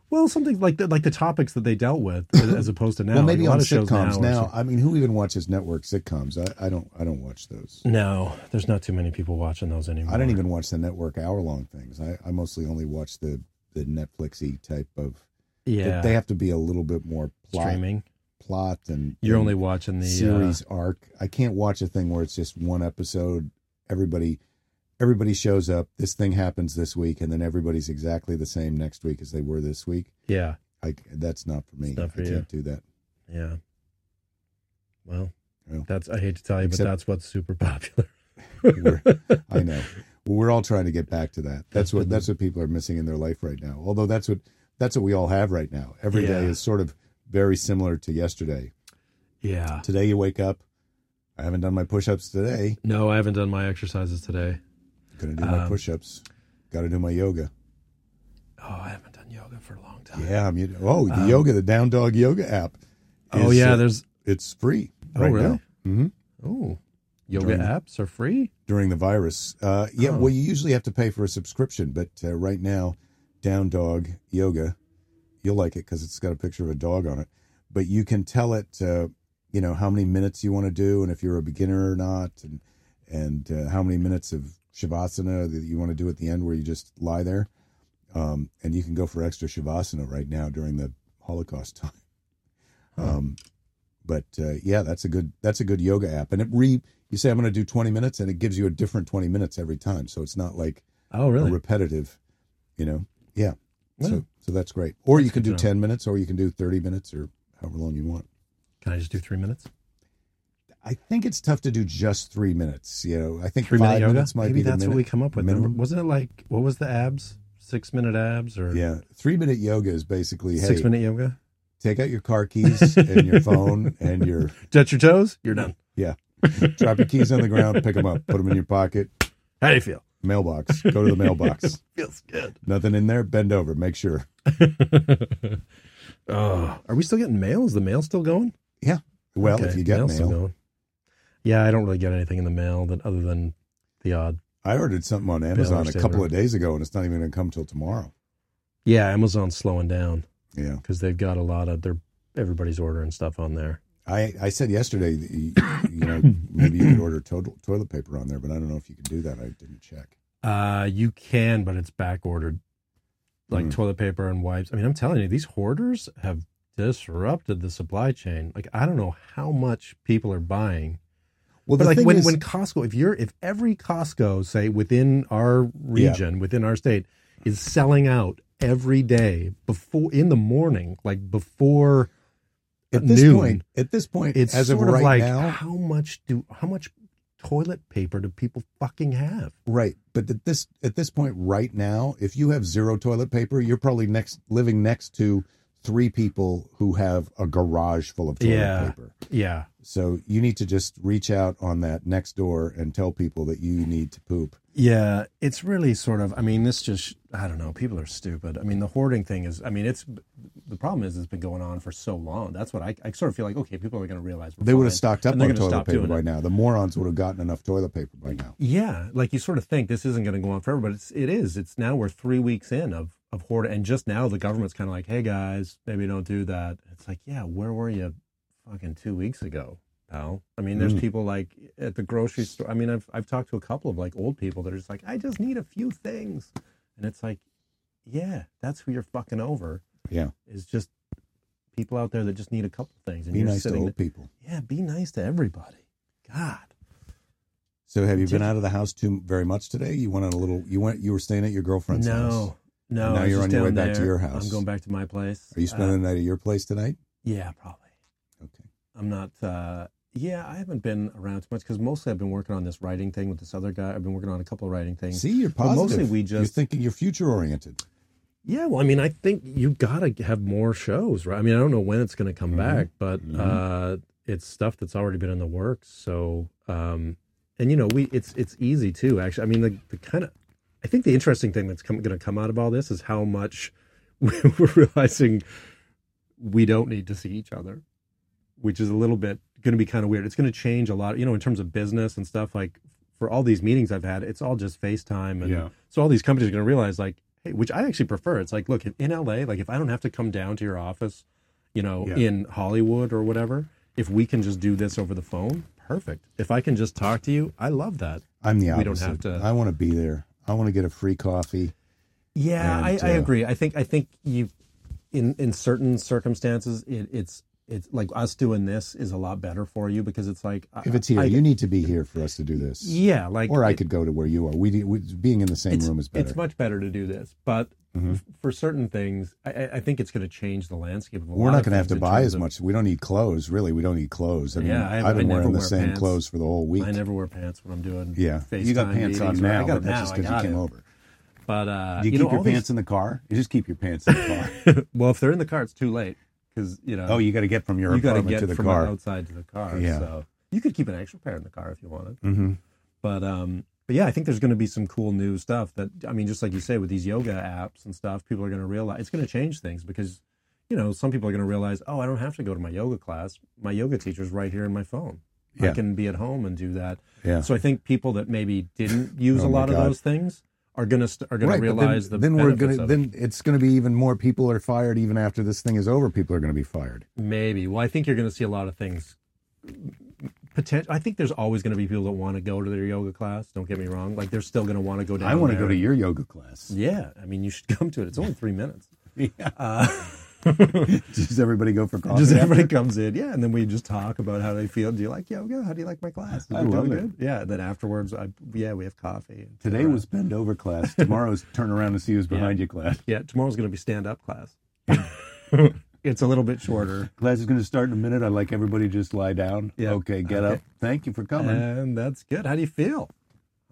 S4: well, something like the, like the topics that they dealt with as as opposed to now.
S3: well, maybe
S4: like a lot
S3: on
S4: of shows
S3: sitcoms
S4: are
S3: now.
S4: sort-
S3: I mean, who even watches network sitcoms? I, I don't. I don't watch those.
S4: no, there's not too many people watching those anymore.
S3: I don't even watch the network hour long things. I, I mostly only watch the the Netflixy type of.
S4: yeah
S3: They have to be a little bit more plot,
S4: streaming.
S3: plot and
S4: You're
S3: and
S4: only watching the uh,
S3: series arc. I can't watch a thing where it's just one episode. Everybody, everybody shows up. This thing happens this week, and then everybody's exactly the same next week as they were this week.
S4: yeah
S3: I that's not for me.
S4: It's not for
S3: I
S4: you.
S3: can't do that.
S4: yeah. Well,
S3: Well,
S4: that's I hate to tell you,
S3: except-
S4: but that's what's super popular.
S3: We're- I know. Well, we're all trying to get back to that. That's what that's what people are missing in their life right now. Although that's what that's what we all have right now. Every day
S4: Yeah.
S3: is sort of very similar to yesterday.
S4: yeah.
S3: Today you wake up. I haven't done my push-ups today.
S4: No, I haven't done my exercises today.
S3: Gonna do my
S4: Um,
S3: push-ups. Got to do my yoga.
S4: Oh, I haven't done yoga for a long time.
S3: Yeah, I'm. Oh, the yoga, the Down Dog Yoga app.
S4: um, Oh
S3: is,
S4: yeah,
S3: uh,
S4: there's
S3: it's free.
S4: Oh,
S3: right
S4: really?
S3: Now. hmm
S4: oh yoga
S3: Join-
S4: apps are free.
S3: during the virus. Uh, yeah,
S4: Oh.
S3: well, you usually have to pay for a subscription, but uh, right now, Down Dog Yoga, you'll like it because it's got a picture of a dog on it. But you can tell it, uh, you know, how many minutes you want to do, and if you're a beginner or not, and and uh, how many minutes of shavasana that you want to do at the end, where you just lie there. Um, and you can go for extra shavasana right now during the Holocaust time. Um, but uh, yeah, that's a good that's a good yoga app, and it re you say I'm going to do 20 minutes, and it gives you a different 20 minutes every time, so it's not like
S4: Oh
S3: a
S4: really?
S3: repetitive, you know, yeah.
S4: Yeah.
S3: So so that's great. Or you
S4: That's
S3: can
S4: good
S3: do
S4: to know.
S3: 10 minutes, or you can do 30 minutes, or however long you want.
S4: Can I just do three minutes?
S3: I think it's tough to do just three minutes. You know, I think
S4: Three
S3: five
S4: minute yoga.
S3: minutes might
S4: Maybe
S3: be the
S4: that's
S3: minute.
S4: what we come up with. Remember-
S3: minimum.
S4: Wasn't it like what was the abs? Six minute abs or
S3: yeah, three minute yoga is basically hey,
S4: six minute yoga?
S3: take out your car keys and your phone and your
S4: Touch your toes. You're done.
S3: drop your keys on the ground, pick them up, put them in your pocket,
S4: How do you feel?
S3: mailbox, go to the mailbox.
S4: Feels good.
S3: Nothing in there, bend over, make sure.
S4: oh, are we still getting mail? Is the mail still going?
S3: Well,
S4: Okay,
S3: if you get
S4: mail's still
S3: mail,
S4: going. Yeah, I don't really get anything in the mail that other than the odd.
S3: I ordered something on Amazon a
S4: understand
S3: couple
S4: that.
S3: of days ago, and it's not even going to come till tomorrow.
S4: Yeah, Amazon's slowing down
S3: Yeah,
S4: because they've got a lot of their everybody's ordering stuff on there.
S3: I I said yesterday, that you, you know, maybe you could order total, toilet paper on there, but I don't know if you can do that. I didn't check.
S4: Uh, you can, but it's back ordered, like
S3: Hmm.
S4: toilet paper and wipes. I mean, I'm telling you, these hoarders have disrupted the supply chain. Like, I don't know how much people are buying.
S3: Well,
S4: but
S3: the
S4: like
S3: thing
S4: when,
S3: is,
S4: when Costco, if you're if every Costco, say within our region, within our state, is selling out every day before in the morning, like before
S3: at this
S4: noon,
S3: point, at this point,
S4: it's
S3: as
S4: sort
S3: of
S4: of
S3: right
S4: like
S3: now,
S4: how much do how much toilet paper do people fucking have?
S3: right. But at this at this point, right now, if you have zero toilet paper, you're probably next living next to three people who have a garage full of toilet
S4: Yeah.
S3: paper.
S4: Yeah,
S3: So you need to just reach out on that next door and tell people that you need to poop.
S4: yeah. It's really sort of. I mean, this just I don't know. People are stupid. I mean, the hoarding thing is. I mean, it's the problem is it's been going on for so long. That's what I, I sort of feel like. Okay, people are going to realize we're
S3: They would have
S4: fine,
S3: stocked up
S4: and they're
S3: on
S4: gonna
S3: toilet
S4: stop
S3: paper
S4: doing it.
S3: by now. The morons would have gotten enough toilet paper by now.
S4: Yeah, like you sort of think this isn't going to go on forever, but it's it is. It's now we're three weeks in of of Horta. And just now, the government's kind of like, hey guys, maybe don't do that. It's like, yeah, where were you fucking two weeks ago, pal? I mean, there's
S3: Mm.
S4: people like at the grocery store. I mean, I've, I've talked to a couple of like old people that are just like, I just need a few things. And it's like, yeah, that's who you're fucking over.
S3: Yeah.
S4: Is just people out there that just need a couple things. And
S3: Be
S4: you're
S3: nice to
S4: sitting
S3: old people.
S4: yeah, be nice to everybody. God.
S3: So have you been
S4: Did-
S3: out of the house too very much today? You went on a little. You went. You were staying at your girlfriend's
S4: no.
S3: house.
S4: No,
S3: And now
S4: I was
S3: you're
S4: just
S3: on your way
S4: down
S3: back to
S4: there.
S3: your house.
S4: I'm going back to my place.
S3: Are you
S4: Uh,
S3: spending the night at your place tonight?
S4: Yeah, probably.
S3: Okay.
S4: I'm not. Uh, yeah, I haven't been around too much because mostly I've been working on this writing thing with this other guy. I've been working on a couple of writing things.
S3: See, you're
S4: But
S3: positive.
S4: mostly we
S3: You're
S4: just-
S3: thinking you're future oriented.
S4: Yeah, well, I mean, I think you gotta have more shows, right? I mean, I don't know when it's gonna come
S3: Mhm.
S4: back, but
S3: Mhm.
S4: uh, it's stuff that's already been in the works. So, um, and you know, we it's it's easy too. Actually, I mean, the, the kind of I think the interesting thing that's come, gonna come out of all this is how much we're realizing we don't need to see each other, which is a little bit going to be kind of weird. It's going to change a lot, you know, in terms of business and stuff. Like for all these meetings I've had, it's all just FaceTime, and
S5: Yeah.
S4: so all these companies are going to realize, like, hey, which I actually prefer. It's like, look, in LA, like if I don't have to come down to your office, you know,
S5: Yeah.
S4: in Hollywood or whatever, if we can just do this over the phone, perfect. If I can just talk to you, I love that.
S3: I'm the
S4: We
S3: opposite.
S4: don't have to-
S3: I want to be there. I want to get a free coffee.
S4: Yeah, I,
S3: And,
S4: I
S3: uh,
S4: agree. I think I think you, in in certain circumstances, it, it's it's like us doing this is a lot better for you because it's like I-
S3: If it's here,
S4: I-
S3: you need to be here for us to do this.
S4: yeah, like
S3: or I
S4: it-
S3: could go to where you are. We, we being in the same
S4: it's,
S3: room is better. Mm-hmm.
S4: It's much better to do this, but f- for certain things, I- I, I think it's going to change the landscape of a
S3: We're
S4: lot
S3: not
S4: of
S3: going to have to
S4: things in
S3: buy
S4: terms
S3: as
S4: of-
S3: much. We don't need clothes, really. We don't need clothes. I mean,
S4: Yeah, I-
S3: I've been
S4: I never
S3: wearing the
S4: wear
S3: same
S4: pants.
S3: clothes for the whole week.
S4: I never wear pants when I'm doing
S3: yeah,
S4: FaceTime
S5: you got pants on
S4: meetings, right?
S5: now,
S4: I got
S5: but
S4: it
S5: that's
S4: now.
S5: just
S4: I
S5: 'cause you
S4: got
S3: came
S4: it.
S3: over.
S4: But uh,
S5: Do you,
S4: know,
S5: keep your
S4: all these-
S5: pants in the car? You just keep your pants in the car.
S4: well, if they're in the car, it's too late because you know
S5: oh, you got to get from your
S4: you got to
S5: apartment
S4: get
S5: to the
S4: from
S5: car.
S4: outside to the car.
S3: Yeah.
S4: So you could keep an extra pair in the car if you wanted.
S5: Mm-hmm.
S3: hmm
S4: But um, but yeah, I think there's going to be some cool new stuff that I mean, just like you say with these yoga apps and stuff, people are going to realize it's going to change things because you know some people are going to realize, oh, I don't have to go to my yoga class. My yoga teacher's right here in my phone.
S3: Yeah.
S4: I can be at home and do that.
S3: Yeah.
S4: So I think people that maybe didn't use
S3: Oh
S4: a
S3: my
S4: lot of
S3: God.
S4: those things are going to st- are going to
S3: but
S4: realize
S3: then,
S4: the
S3: then we're
S4: benefits
S3: gonna
S4: of it.
S3: then it's going to be even more people are fired even after this thing is over. People are going to be fired.
S4: Maybe. Well, I think you're going to see a lot of things. Potential. I think there's always going to be people that want to go to their yoga class. Don't get me wrong. Like they're still going to want to go down.
S5: I want to
S4: there.
S5: go to your yoga class.
S4: Yeah, I mean, you should come to it. It's only three minutes.
S5: Yeah.
S4: Uh,
S5: Does everybody go for coffee?
S4: just everybody
S5: after?
S4: comes in, yeah, and then we just talk about how they feel. Do you like yoga? How do you like my class? Is
S5: I
S4: it
S5: love
S4: doing
S5: it.
S4: good? Yeah. And then afterwards, I, yeah, we have coffee. Uh,
S5: Today was bend over class. Tomorrow's turn around and see who's behind you class.
S4: yeah. Tomorrow's going to be stand up class. it's a little bit shorter,
S5: Class is going to start in a minute. I'd like everybody to just lie down.
S4: Yeah.
S5: Okay, get
S4: Okay.
S5: up. Thank you for coming.
S3: Uh,
S4: and that's good. How do you feel?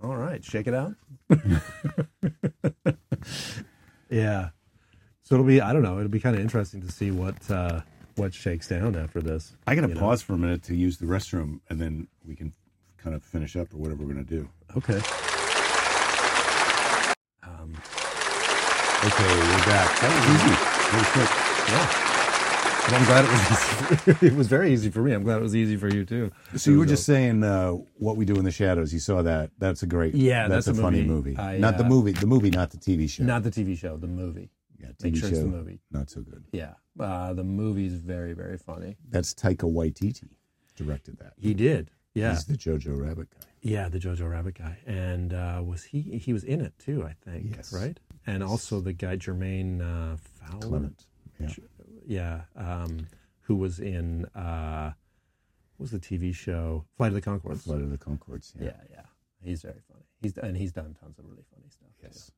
S4: All right, shake it out. yeah. So it'll be. I don't know. It'll be kind of interesting to see what uh, what shakes down after this.
S5: I got to
S4: you know.
S5: pause for a minute to use the restroom, and then we can kind of finish up or whatever we're going to do.
S4: Okay. Um,
S5: Okay, we're back. That was easy. That was quick.
S4: yeah. But I'm glad it was easy. it was very easy for me. I'm glad it was easy for you too.
S3: So you
S4: It
S3: were
S4: was
S3: just
S4: a-
S3: saying uh, what we do in the shadows. You saw that. That's a great.
S4: Yeah,
S3: that's,
S4: that's
S3: a,
S4: a
S3: funny
S4: movie.
S3: movie.
S4: I,
S3: not the
S4: uh,
S3: movie. The movie, not the TV show.
S4: not the TV show, the movie.
S3: yeah, TV
S4: Make sure
S3: show.
S4: it's the movie.
S3: Not so good.
S4: Yeah. Uh, the movie's very very funny.
S3: That's Taika Waititi directed that.
S4: He did. Yeah.
S3: He's the Jojo Rabbit guy.
S4: yeah, the Jojo Rabbit guy, and uh, was he? He was in it too, I think.
S3: Yes.
S4: Right. And also the guy Jermaine uh, Fowler.
S3: Clement. Yeah.
S4: Yeah. Um, who was in uh, what was the TV show Flight of the Concords.
S3: Flight of the Concords. Yeah.
S4: Yeah, yeah. He's very funny. He's and he's done tons of really funny stuff. too.
S3: Yes.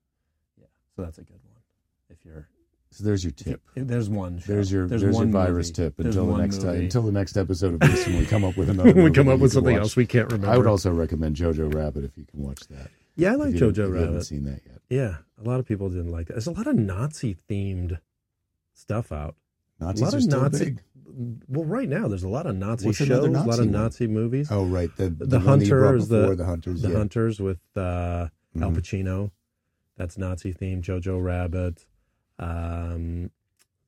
S4: Yeah. So that's a good one. If you're
S3: So there's your
S4: if you-
S3: tip.
S4: if there's one. show.
S3: There's your there's, your
S4: one
S3: virus
S4: movie.
S3: tip
S4: There's
S3: until the
S4: one
S3: next time,
S4: movie.
S3: until the next episode of this and we come up with another.
S4: we
S3: movie
S4: come
S3: that
S4: up
S3: you
S4: with
S3: can
S4: something
S3: watch.
S4: else we can't remember.
S3: I would also recommend Jojo Rabbit if you can watch that.
S4: yeah, I
S3: If
S4: like
S3: you didn't- if
S4: Jojo
S3: you haven't
S4: Rabbit.
S3: seen that yet.
S4: Yeah, a lot of people didn't like that. There's a lot of Nazi themed stuff out.
S3: Nazis
S4: a lot
S3: are
S4: of
S3: still
S4: Nazi.
S3: big.
S4: Well, right now there's a lot of Nazi
S3: What's
S4: shows,
S3: another
S4: a lot
S3: Nazi
S4: of
S3: one?
S4: Nazi movies.
S3: Oh right, the
S4: The
S3: the, one that you brought
S4: Hunters, the-
S3: before, the hunters,
S4: the
S3: yeah.
S4: Hunters with uh, Al
S3: Mhm.
S4: Pacino. That's Nazi themed. Jojo Rabbit. Um,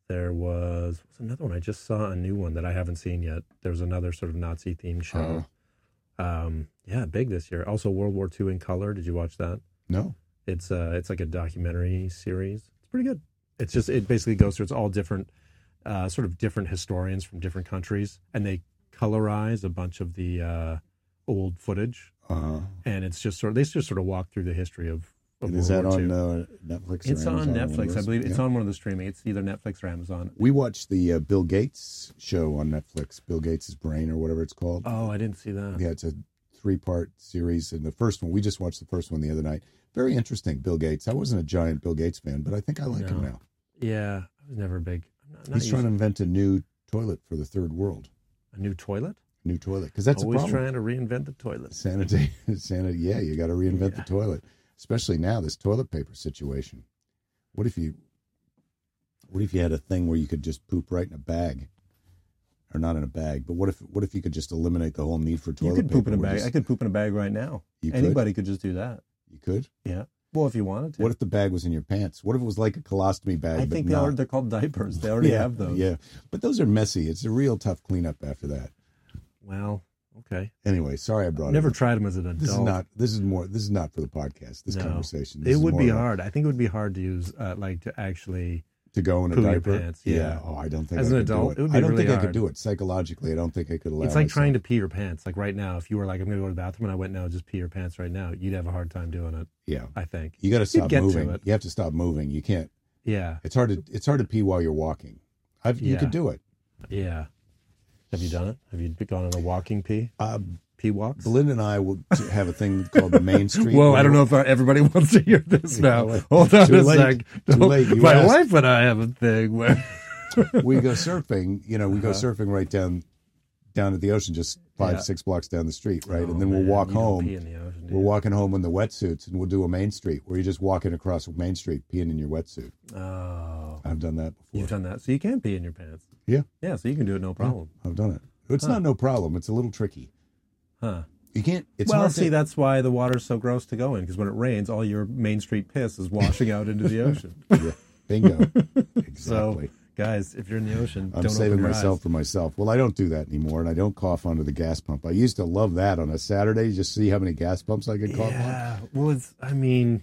S4: there was, was another one. I just saw a new one that I haven't seen yet. There was another sort of Nazi themed show.
S3: Uh-huh.
S4: Um, yeah, big this year. Also, World War II in color. Did you watch that?
S3: No,
S4: It's uh, it's like a documentary series. It's pretty good. It's just it basically goes through. It's all different, uh, sort of different historians from different countries, and they colorize a bunch of the uh, old footage,
S3: Uh-huh.
S4: and it's just sort of they just sort of walk through the history of. of
S6: And is
S4: World
S6: that
S4: War
S6: on
S4: II.
S6: uh, Netflix? or
S4: It's
S6: Amazon
S4: on
S6: or one of
S4: Netflix, I
S6: those?
S4: believe. It's
S6: Yeah.
S4: on one of the streaming. It's either Netflix or Amazon.
S3: We watched the uh, Bill Gates show on Netflix, Bill Gates' Brain or whatever it's called.
S4: Oh, I didn't see that.
S3: yeah, it's a three part series. And the first one, we just watched the first one the other night. Very interesting, Bill Gates. I wasn't a giant Bill Gates fan, but I think I like him
S4: No.
S3: now.
S4: Yeah, I was never a big. I'm not, not
S3: He's trying to
S4: used-
S3: invent a new toilet for the third world,
S4: a new toilet.
S3: new toilet, because that's
S4: Always
S3: a problem.
S4: trying to reinvent the toilet.
S3: Sanity, sanity. Yeah, you got to reinvent the toilet, especially now this toilet paper situation. What if you, what if you had a thing where you could just poop right in a bag, or not in a bag? But what if what if you could just eliminate the whole need for toilet
S4: You could
S3: paper?
S4: poop in a
S3: We're
S4: bag.
S3: just-
S4: I could poop in a bag right now.
S3: You could?
S4: Anybody could just do that.
S3: You could.
S4: Yeah. Well, if you wanted to.
S3: What if the bag was in your pants? What if it was like a colostomy bag?
S4: I
S3: but
S4: think they
S3: not-
S4: are, they're called diapers. They already
S3: yeah,
S4: have those.
S3: Yeah, but those are messy. It's a real tough cleanup after that.
S4: Well, okay.
S3: Anyway, sorry I brought it.
S4: Never
S3: up.
S4: tried them as an adult.
S3: This is not. This is more. This is not for the podcast. This
S4: No.
S3: conversation. This
S4: It
S3: is
S4: would
S3: more
S4: be
S3: of a-
S4: hard. I think it would be hard to use, uh, like, to actually.
S3: to go in a
S4: Poo your
S3: diaper.
S4: pants, yeah.
S3: Oh, I don't think
S4: As
S3: I
S4: an
S3: could
S4: adult,
S3: do
S4: it would be
S3: I don't
S4: really
S3: think I could
S4: hard.
S3: do it psychologically. I don't think I could allow.
S4: it's like
S3: myself.
S4: trying to pee your pants. Like right now, if you were like, I'm going to go to the bathroom and I went, no, just pee your pants right now, you'd have a hard time doing it,
S3: Yeah,
S4: I think.
S3: you got to stop
S4: get to
S3: moving.
S4: it.
S3: You have to stop moving. You can't.
S4: Yeah.
S3: It's hard to. It's hard to pee while you're walking. I've, You
S4: Yeah.
S3: could do it.
S4: Yeah. Have you done it? Have you gone on a walking pee?
S3: Uh,
S4: Pee walks?
S3: Belinda and I will t- have a thing called the Main Street.
S4: Whoa, I
S3: where
S4: don't
S3: we-
S4: know if our- everybody wants to hear this now.
S3: well,
S4: Hold on
S3: too
S4: a
S3: late.
S4: sec.
S3: Too
S4: Don't-
S3: late, you
S4: My
S3: asked.
S4: wife and I have a thing where
S3: we go surfing. You know, we go surfing right down down at the ocean, just five
S4: Uh-huh. Yeah.
S3: six blocks down the street, right,
S4: Oh,
S3: and then we'll
S4: man,
S3: walk
S4: you don't
S3: home.
S4: pee in the ocean, do
S3: We're
S4: you?
S3: walking home in the wetsuits, and we'll do a Main Street where you're just walking across Main Street peeing in your wetsuit.
S4: Oh,
S3: I've done that before.
S4: you've done that, so you can pee in your pants.
S3: Yeah.
S4: yeah, so you can do it no problem,
S3: I've done it. It's not no problem. It's a little tricky.
S4: huh?
S3: You can't. It's
S4: well,
S3: hard
S4: see,
S3: to,
S4: that's why the water's so gross to go in because when it rains, all your Main Street piss is washing out into the ocean.
S3: Yeah, bingo.
S4: so,
S3: exactly.
S4: guys, if you're in the ocean,
S3: I'm
S4: don't
S3: saving
S4: open your
S3: myself
S4: Eyes.
S3: for myself. Well, I don't do that anymore, and I don't cough onto the gas pump. I used to love that on a Saturday. Just see how many gas pumps I could cough on.
S4: Yeah, well, it's. I mean,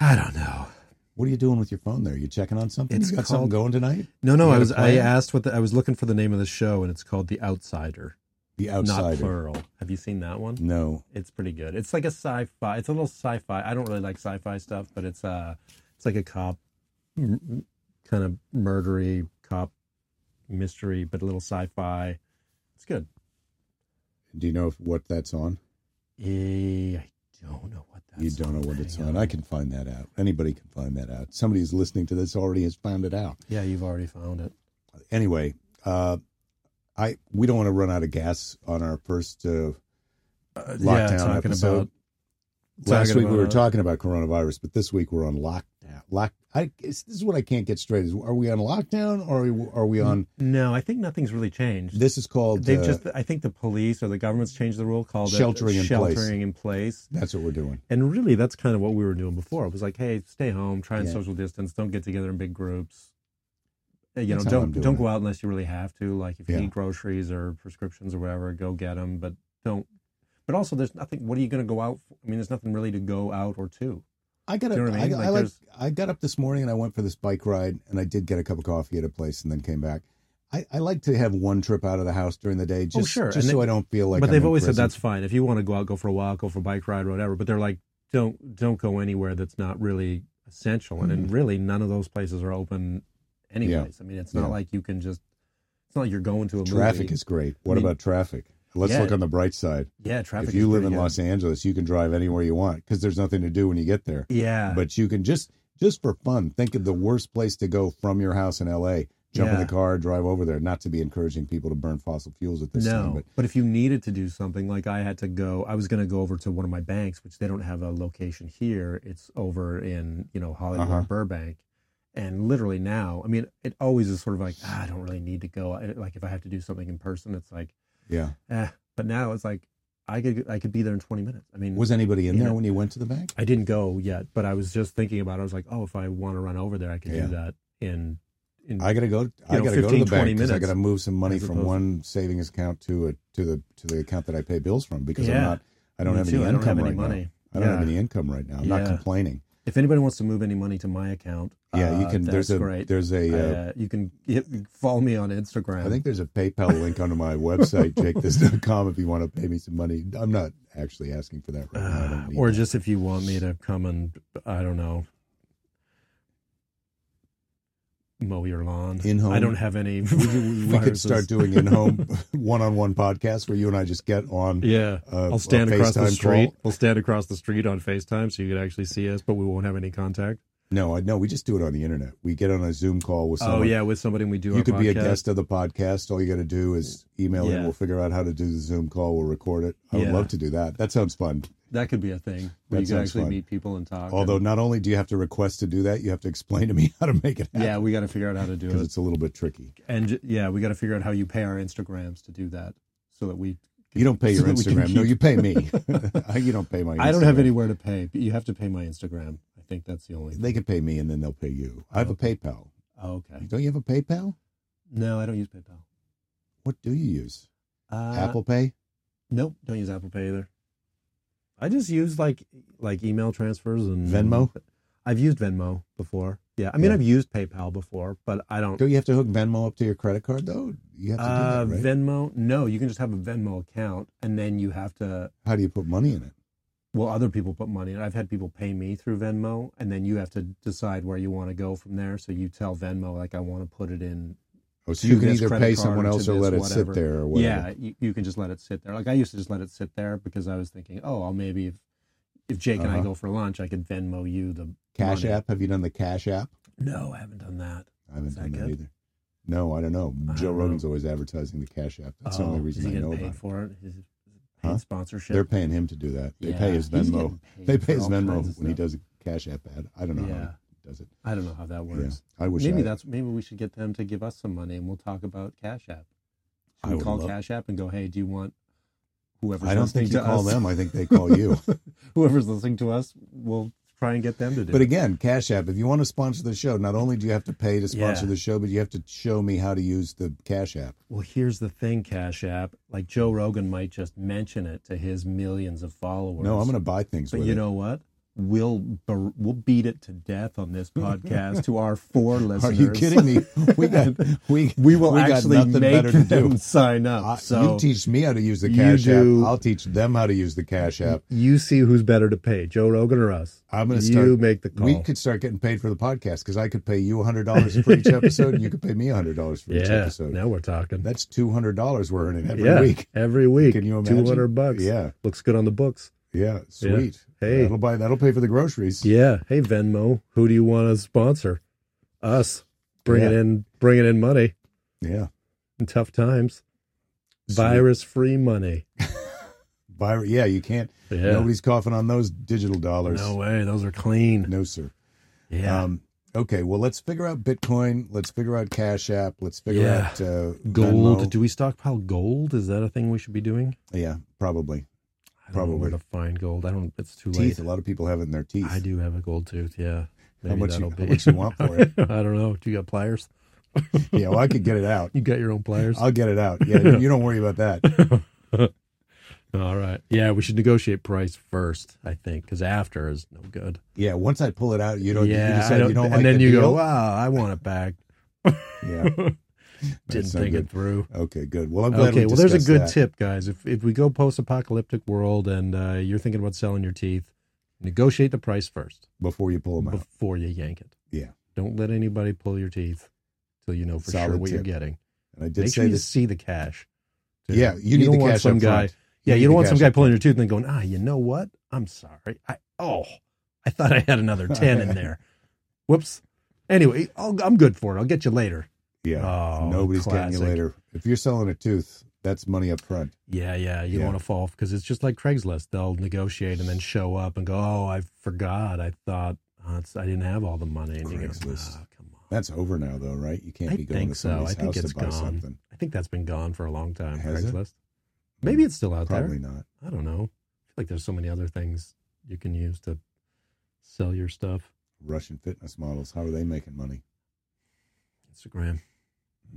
S4: I don't know.
S3: What are you doing with your phone there? You checking on something?
S4: It's
S3: you got something going
S4: called-
S3: tonight?
S4: No, no,
S3: You
S4: I
S3: got a
S4: was. I
S3: plan?
S4: asked what the, I was looking for the name of the show, and it's called The Outsider.
S3: The
S4: Not
S3: outsider.
S4: plural. Have you seen that one?
S3: No,
S4: It's pretty good. It's like a sci-fi. It's a little sci-fi. I don't really like sci-fi stuff, but it's uh it's like a cop m- kind of murdery cop mystery, but a little sci-fi. It's good.
S3: do you know if, what that's on?
S4: Eh, I don't know what that's
S3: you don't know what it's on. I can find that out. Anybody can find that out. Somebody who's listening to this already has found it out.
S4: Yeah, you've already found it.
S3: anyway, uh, I we don't want to run out of gas on our first uh, lockdown
S4: Uh, yeah, talking
S3: episode.
S4: about
S3: Last
S4: talking
S3: week we were
S4: about-
S3: talking about coronavirus, but this week we're on lockdown. Lock. I it's, this is what I can't get straight: is are we on lockdown or are we, are we on?
S4: No, I think nothing's really changed.
S3: This is called.
S4: Mm. They've
S3: uh,
S4: just I think the police or the government's changed the rule called it
S3: Sheltering in place.
S4: sheltering in place.
S3: that's what we're doing.
S4: And really, that's kind of what we were doing before. It was like, hey, stay home, try and
S3: Yeah.
S4: social distance, don't get together in big groups. Uh, You
S3: That's
S4: know,
S3: how I'm
S4: don't
S3: doing
S4: don't
S3: it.
S4: go out unless you really have to. Like if you
S3: Yeah.
S4: need groceries or prescriptions or whatever, go get them. But don't. But also, there's nothing. What are you going to go out? For? I mean, there's nothing really to go out or to.
S3: I got up,
S4: Do you know what
S3: I,
S4: I mean?
S3: I
S4: Like,
S3: like
S4: there's-
S3: I got up this morning and I went for this bike ride and I did get a cup of coffee at a place and then came back. I, I like to have one trip out of the house during the day just,
S4: Oh, sure.
S3: just
S4: And
S3: so
S4: they-
S3: I don't feel like
S4: but
S3: I'm
S4: they've
S3: in
S4: always
S3: prison.
S4: said that's fine. If you want to go out, go for a walk, go for a bike ride, or whatever. But they're like, don't don't go anywhere that's not really essential. And,
S3: Mm-hmm.
S4: and really, none of those places are open, anyways. I mean, it's not
S3: Yeah.
S4: like you can just. It's not like you're going to a
S3: Traffic
S4: movie.
S3: is great. What
S4: I mean-
S3: about traffic? Let's
S4: Yeah.
S3: look on the bright side.
S4: yeah. Traffic.
S3: if you
S4: is
S3: live
S4: pretty
S3: in
S4: good.
S3: Los Angeles, you can drive anywhere you want because there's nothing to do when you get there.
S4: yeah,
S3: But you can just just for fun think of the worst place to go from your house in L.A. Jump in
S4: Yeah.
S3: the car, drive over there. Not to be encouraging people to burn fossil fuels at this time,
S4: No,
S3: but
S4: but, if you needed to do something, like I had to go, I was going to go over to one of my banks, which they don't have a location here. It's over in you know Hollywood,
S3: Uh-huh.
S4: Burbank, and literally now, I mean, it always is sort of like ah, I don't really need to go. I- Like if I have to do something in person, it's like
S3: yeah.
S4: eh. But now it's like I could I could be there in twenty minutes. I mean,
S3: Was anybody in
S4: You
S3: there
S4: know-
S3: when you went to the bank?
S4: I didn't go yet, but I was just thinking about. it. I was like, oh, if I want to run over there, I can
S3: Yeah.
S4: do that in in
S3: I gotta go. I
S4: know,
S3: gotta go to the
S4: 15, 20
S3: bank because I
S4: minutes
S3: gotta move some money
S4: as
S3: from
S4: opposed-
S3: one savings account to a to the to the account that I pay bills from because I'm
S4: Yeah.
S3: not. I don't
S4: Me
S3: have
S4: too.
S3: any
S4: I don't
S3: income
S4: have any
S3: right now.
S4: money.
S3: I don't have
S4: Yeah.
S3: any income right now. I'm not
S4: Yeah.
S3: complaining.
S4: If anybody wants to move any money to my account,
S3: Yeah, you
S4: uh,
S3: can. There's
S4: that's
S3: a
S4: great.
S3: there's
S4: I,
S3: a. Uh,
S4: uh, you can hit, follow me on Instagram.
S3: I think there's a PayPal link onto my website, jakethis.com, if you want to pay me some money. I'm not actually asking for that right now. I
S4: Uh,
S3: don't need
S4: or
S3: that.
S4: just if you want me to come and I don't know mow your lawn.
S3: In-home.
S4: I don't have any.
S3: we, could- we could start doing in-home one-on-one podcasts where you and I just get on.
S4: Yeah,
S3: Uh,
S4: I'll stand
S3: a
S4: across
S3: FaceTime
S4: the street.
S3: call.
S4: We'll stand across the street on Facetime, so you could actually see us, but we won't have any contact.
S3: No, I no, we just do it on the internet. We get on a Zoom call with someone.
S4: oh yeah, with somebody we do.
S3: You
S4: our
S3: could be a
S4: podcast.
S3: guest of the podcast. All you got to do is email in.
S4: Yeah.
S3: We'll figure out how to do the Zoom call. We'll record it. I would
S4: Yeah.
S3: love to do that. That sounds fun.
S4: That could be a thing.
S3: That
S4: Where you can
S3: sounds
S4: actually
S3: fun.
S4: meet people and talk.
S3: Although,
S4: and-
S3: not only do you have to request to do that, you have to explain to me how to make it happen.
S4: yeah, we got to figure out how to do
S3: Because
S4: it.
S3: it's a little bit tricky.
S4: and j- yeah, we got to figure out how you pay our Instagrams to do that, so that we.
S3: You don't pay
S4: So
S3: your
S4: that we can
S3: Instagram. No,
S4: keep-
S3: you pay me. you don't pay my Instagram.
S4: I don't have anywhere to pay, but you have to pay my Instagram. I think that's the only.
S3: They could pay me and then they'll pay you. I have a PayPal.
S4: Oh, okay.
S3: Don't you have a PayPal?
S4: No, I don't use PayPal.
S3: What do you use?
S4: Uh,
S3: Apple Pay?
S4: Nope, don't use Apple Pay either. I just use like like email transfers and
S3: Venmo?
S4: I've used Venmo before. Yeah, I mean
S3: Yeah.
S4: I've used PayPal before, but I don't.
S3: Don't you have to hook Venmo up to your credit card though? You have to
S4: Uh,
S3: do that, right?
S4: Venmo? No, you can just have a Venmo account, and then you have to.
S3: How do you put money in it?
S4: Well, other people put money in. I've had people pay me through Venmo, and then you have to decide where you want to go from there. So you tell Venmo like I want to put it in.
S3: Oh, so
S4: To
S3: you can
S4: this
S3: either
S4: credit
S3: pay
S4: card,
S3: someone
S4: to
S3: else or
S4: this
S3: let it
S4: whatever.
S3: sit there or whatever.
S4: Yeah, you, you can just let it sit there. Like I used to just let it sit there because I was thinking, oh, I'll maybe if if Jake and I
S3: Uh-huh.
S4: go for lunch, I could Venmo you the
S3: Cash
S4: money.
S3: app? Have you done the Cash app?
S4: No, I haven't done that.
S3: I haven't
S4: Is that
S3: done that
S4: good?
S3: either. No, I don't know.
S4: I
S3: Joe
S4: don't
S3: Rogan's always advertising the Cash app. That's the only
S4: Oh,
S3: reason
S4: is he
S3: I
S4: getting
S3: know
S4: paid
S3: about it.
S4: for it. Is it paid
S3: Huh?
S4: sponsorship.
S3: They're paying him to do that. They pay
S4: Yeah,
S3: his
S4: he's
S3: Venmo.
S4: getting paid
S3: They
S4: for
S3: pay his
S4: all
S3: Venmo
S4: kinds of
S3: when he
S4: stuff.
S3: does a Cash app ad. I don't know how
S4: Yeah.
S3: he does it.
S4: I don't know how that works.
S3: Yeah. I wish
S4: maybe
S3: I,
S4: that's maybe we should get them to give us some money and we'll talk about Cash App. Should
S3: I
S4: we
S3: would
S4: call
S3: love-
S4: Cash App and go, hey, do you want whoever's
S3: I don't
S4: listening
S3: think you
S4: to
S3: call
S4: us,
S3: them. I think they call you.
S4: whoever's listening to us, we'll try and get them to do
S3: but
S4: it.
S3: again, Cash App. If you want to sponsor the show, not only do you have to pay to sponsor
S4: Yeah.
S3: the show, but you have to show me how to use the Cash App.
S4: Well, here's the thing, Cash App. Like Joe Rogan might just mention it to his millions of followers.
S3: No, I'm going to buy things
S4: But
S3: with
S4: you
S3: it.
S4: know what? We'll ber- we'll beat it to death on this podcast to our four listeners.
S3: Are you kidding me? We got we
S4: We will
S3: got
S4: actually
S3: nothing
S4: make
S3: better to
S4: them
S3: do.
S4: sign up.
S3: I-
S4: so
S3: you teach me how to use the
S4: you
S3: Cash App.
S4: do-
S3: I'll teach them how to use the Cash App.
S4: you see who's better to pay, Joe Rogan or us.
S3: I'm going to start.
S4: You make the call.
S3: We could start getting paid for the podcast because I could pay you $100 for each episode, and you could pay me $100 for each
S4: yeah.
S3: episode.
S4: Now we're talking.
S3: That's $200 we're earning every
S4: yeah,
S3: week.
S4: every week.
S3: Can you imagine?
S4: Two hundred bucks.
S3: Yeah.
S4: looks good on the books.
S3: Yeah, sweet.
S4: Hey.
S3: that'll buy that'll pay for the groceries.
S4: Yeah. Hey Venmo, who do you want to sponsor? Us. Bringing
S3: Yeah.
S4: in, bringing in money
S3: Yeah,
S4: in tough times. Virus-free money.
S3: Vir- yeah, you can't.
S4: Yeah.
S3: Nobody's coughing on those digital dollars.
S4: No way. Those are clean.
S3: No, sir.
S4: Yeah.
S3: Um, okay, well, let's figure out Bitcoin. Let's figure out Cash App. Let's figure
S4: Yeah.
S3: out uh,
S4: gold.
S3: Venmo.
S4: Do we stockpile gold? Is that a thing we should be doing?
S3: yeah, probably
S4: I don't know where
S3: Probably.
S4: to find gold. I don't. It's too
S3: teeth. A
S4: late.
S3: lot of people have it in their teeth.
S4: I do have a gold tooth. Yeah. Maybe
S3: much you-
S4: that'll
S3: how
S4: be-
S3: much you want for it?
S4: I don't know. Do you got pliers?
S3: Yeah, well, I could get it out.
S4: You got your own pliers?
S3: I'll get it out. Yeah, you don't worry about that.
S4: All right. Yeah, we should negotiate price first, I think, because after is no good.
S3: Yeah, once I pull it out, you don't.
S4: yeah,
S3: you
S4: I
S3: decide you don't
S4: and
S3: like
S4: then
S3: the
S4: you
S3: deal.
S4: go, wow, I want it back.
S3: Yeah,
S4: Didn't
S3: not
S4: think
S3: good.
S4: it through.
S3: Okay, good. Well, I'm glad
S4: Okay,
S3: we
S4: well, there's a
S3: discussed
S4: good
S3: that.
S4: tip, guys. If if we go post-apocalyptic world and uh, you're thinking about selling your teeth, negotiate the price first
S3: before you pull them out.
S4: before you yank it.
S3: Yeah,
S4: Don't let anybody pull your teeth till you know for sure
S3: Solid
S4: what you're
S3: tip.
S4: getting.
S3: and I did
S4: Make
S3: say
S4: sure you
S3: this.
S4: see the cash. too.
S3: Yeah, you need
S4: don't
S3: the
S4: want
S3: cash
S4: some
S3: up
S4: guy.
S3: front.
S4: Yeah,
S3: need
S4: you
S3: the
S4: don't want some
S3: cash
S4: guy
S3: up
S4: pulling your tooth and then going, ah, you know what? I'm sorry. I oh, I thought I had another ten in there. Whoops. Anyway, I'll, I'm good for it. I'll get you later.
S3: Yeah.
S4: Oh,
S3: Nobody's getting
S4: classic.
S3: you later. If you're selling a tooth, that's money up front.
S4: Yeah, yeah. You
S3: Yeah.
S4: don't want to fall because it's just like Craigslist. They'll negotiate and then show up and go, oh, I forgot. I thought uh, it's, I didn't have all the money. And you go,
S3: Craigslist.
S4: "Ah, come on.
S3: That's over now, though, right? You can't
S4: I
S3: be going
S4: think
S3: to
S4: so.
S3: somebody's
S4: I think
S3: house
S4: it's
S3: to buy
S4: gone.
S3: something.
S4: I think that's been gone for a long time.
S3: Has it? Hmm.
S4: Craigslist. Maybe it's still out there.
S3: Probably not.
S4: I don't know. I feel like there's so many other things you can use to sell your stuff.
S3: Russian fitness models. How are they making money?
S4: Instagram.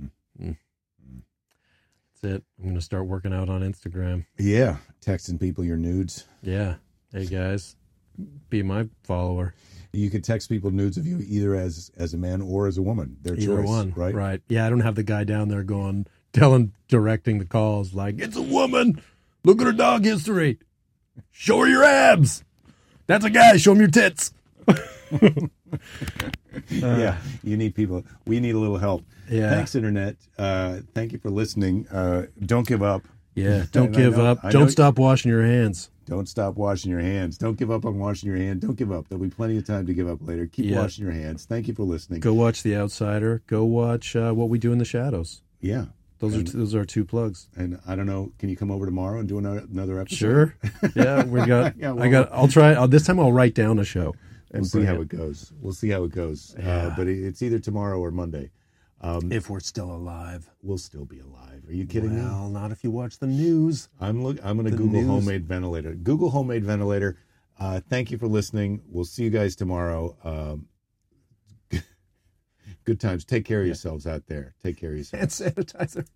S3: Mm.
S4: Mm. That's it. I'm gonna start working out on Instagram.
S3: Yeah, texting people your nudes.
S4: Yeah. Hey guys, be my follower.
S3: you could text people nudes of you either as as a man or as a woman. Their
S4: Either
S3: choice,
S4: one,
S3: right?
S4: Right. Yeah, I don't have the guy down there going, telling, directing the calls like, "It's a woman. Look at her dog history. Show her your abs." That's a guy. Show him your tits.
S3: yeah, you need people. We need a little help.
S4: Yeah.
S3: Thanks, internet. Uh, thank you for listening. Uh, don't give up.
S4: Yeah. Don't
S3: And I
S4: give
S3: know-
S4: up.
S3: I know-
S4: Don't stop washing your hands.
S3: Don't stop washing your hands. Don't give up on washing your hand. Don't give up. There'll be plenty of time to give up later. Keep
S4: Yeah.
S3: washing your hands. Thank you for listening.
S4: Go watch The Outsider. Go watch uh, What We Do in the Shadows.
S3: Yeah.
S4: Those are those are our two plugs.
S3: And I don't know. Can you come over tomorrow and do another, another episode?
S4: Sure. Yeah, we got.
S3: Yeah,
S4: I got. I'll try. I'll, this time, I'll write down a show.
S3: We'll see
S4: bring
S3: how it goes. We'll see how it goes. Uh, but it- it's either tomorrow or Monday.
S4: If we're still alive.
S3: We'll still be alive. Are you kidding me?
S4: Well, not if you watch the news.
S3: I'm look. I'm going to Google
S4: news.
S3: homemade ventilator. Google homemade ventilator. Uh, thank you for listening. We'll see you guys tomorrow. Um, good times. Take care of yourselves out there. Take care of yourselves.
S4: Hand sanitizer.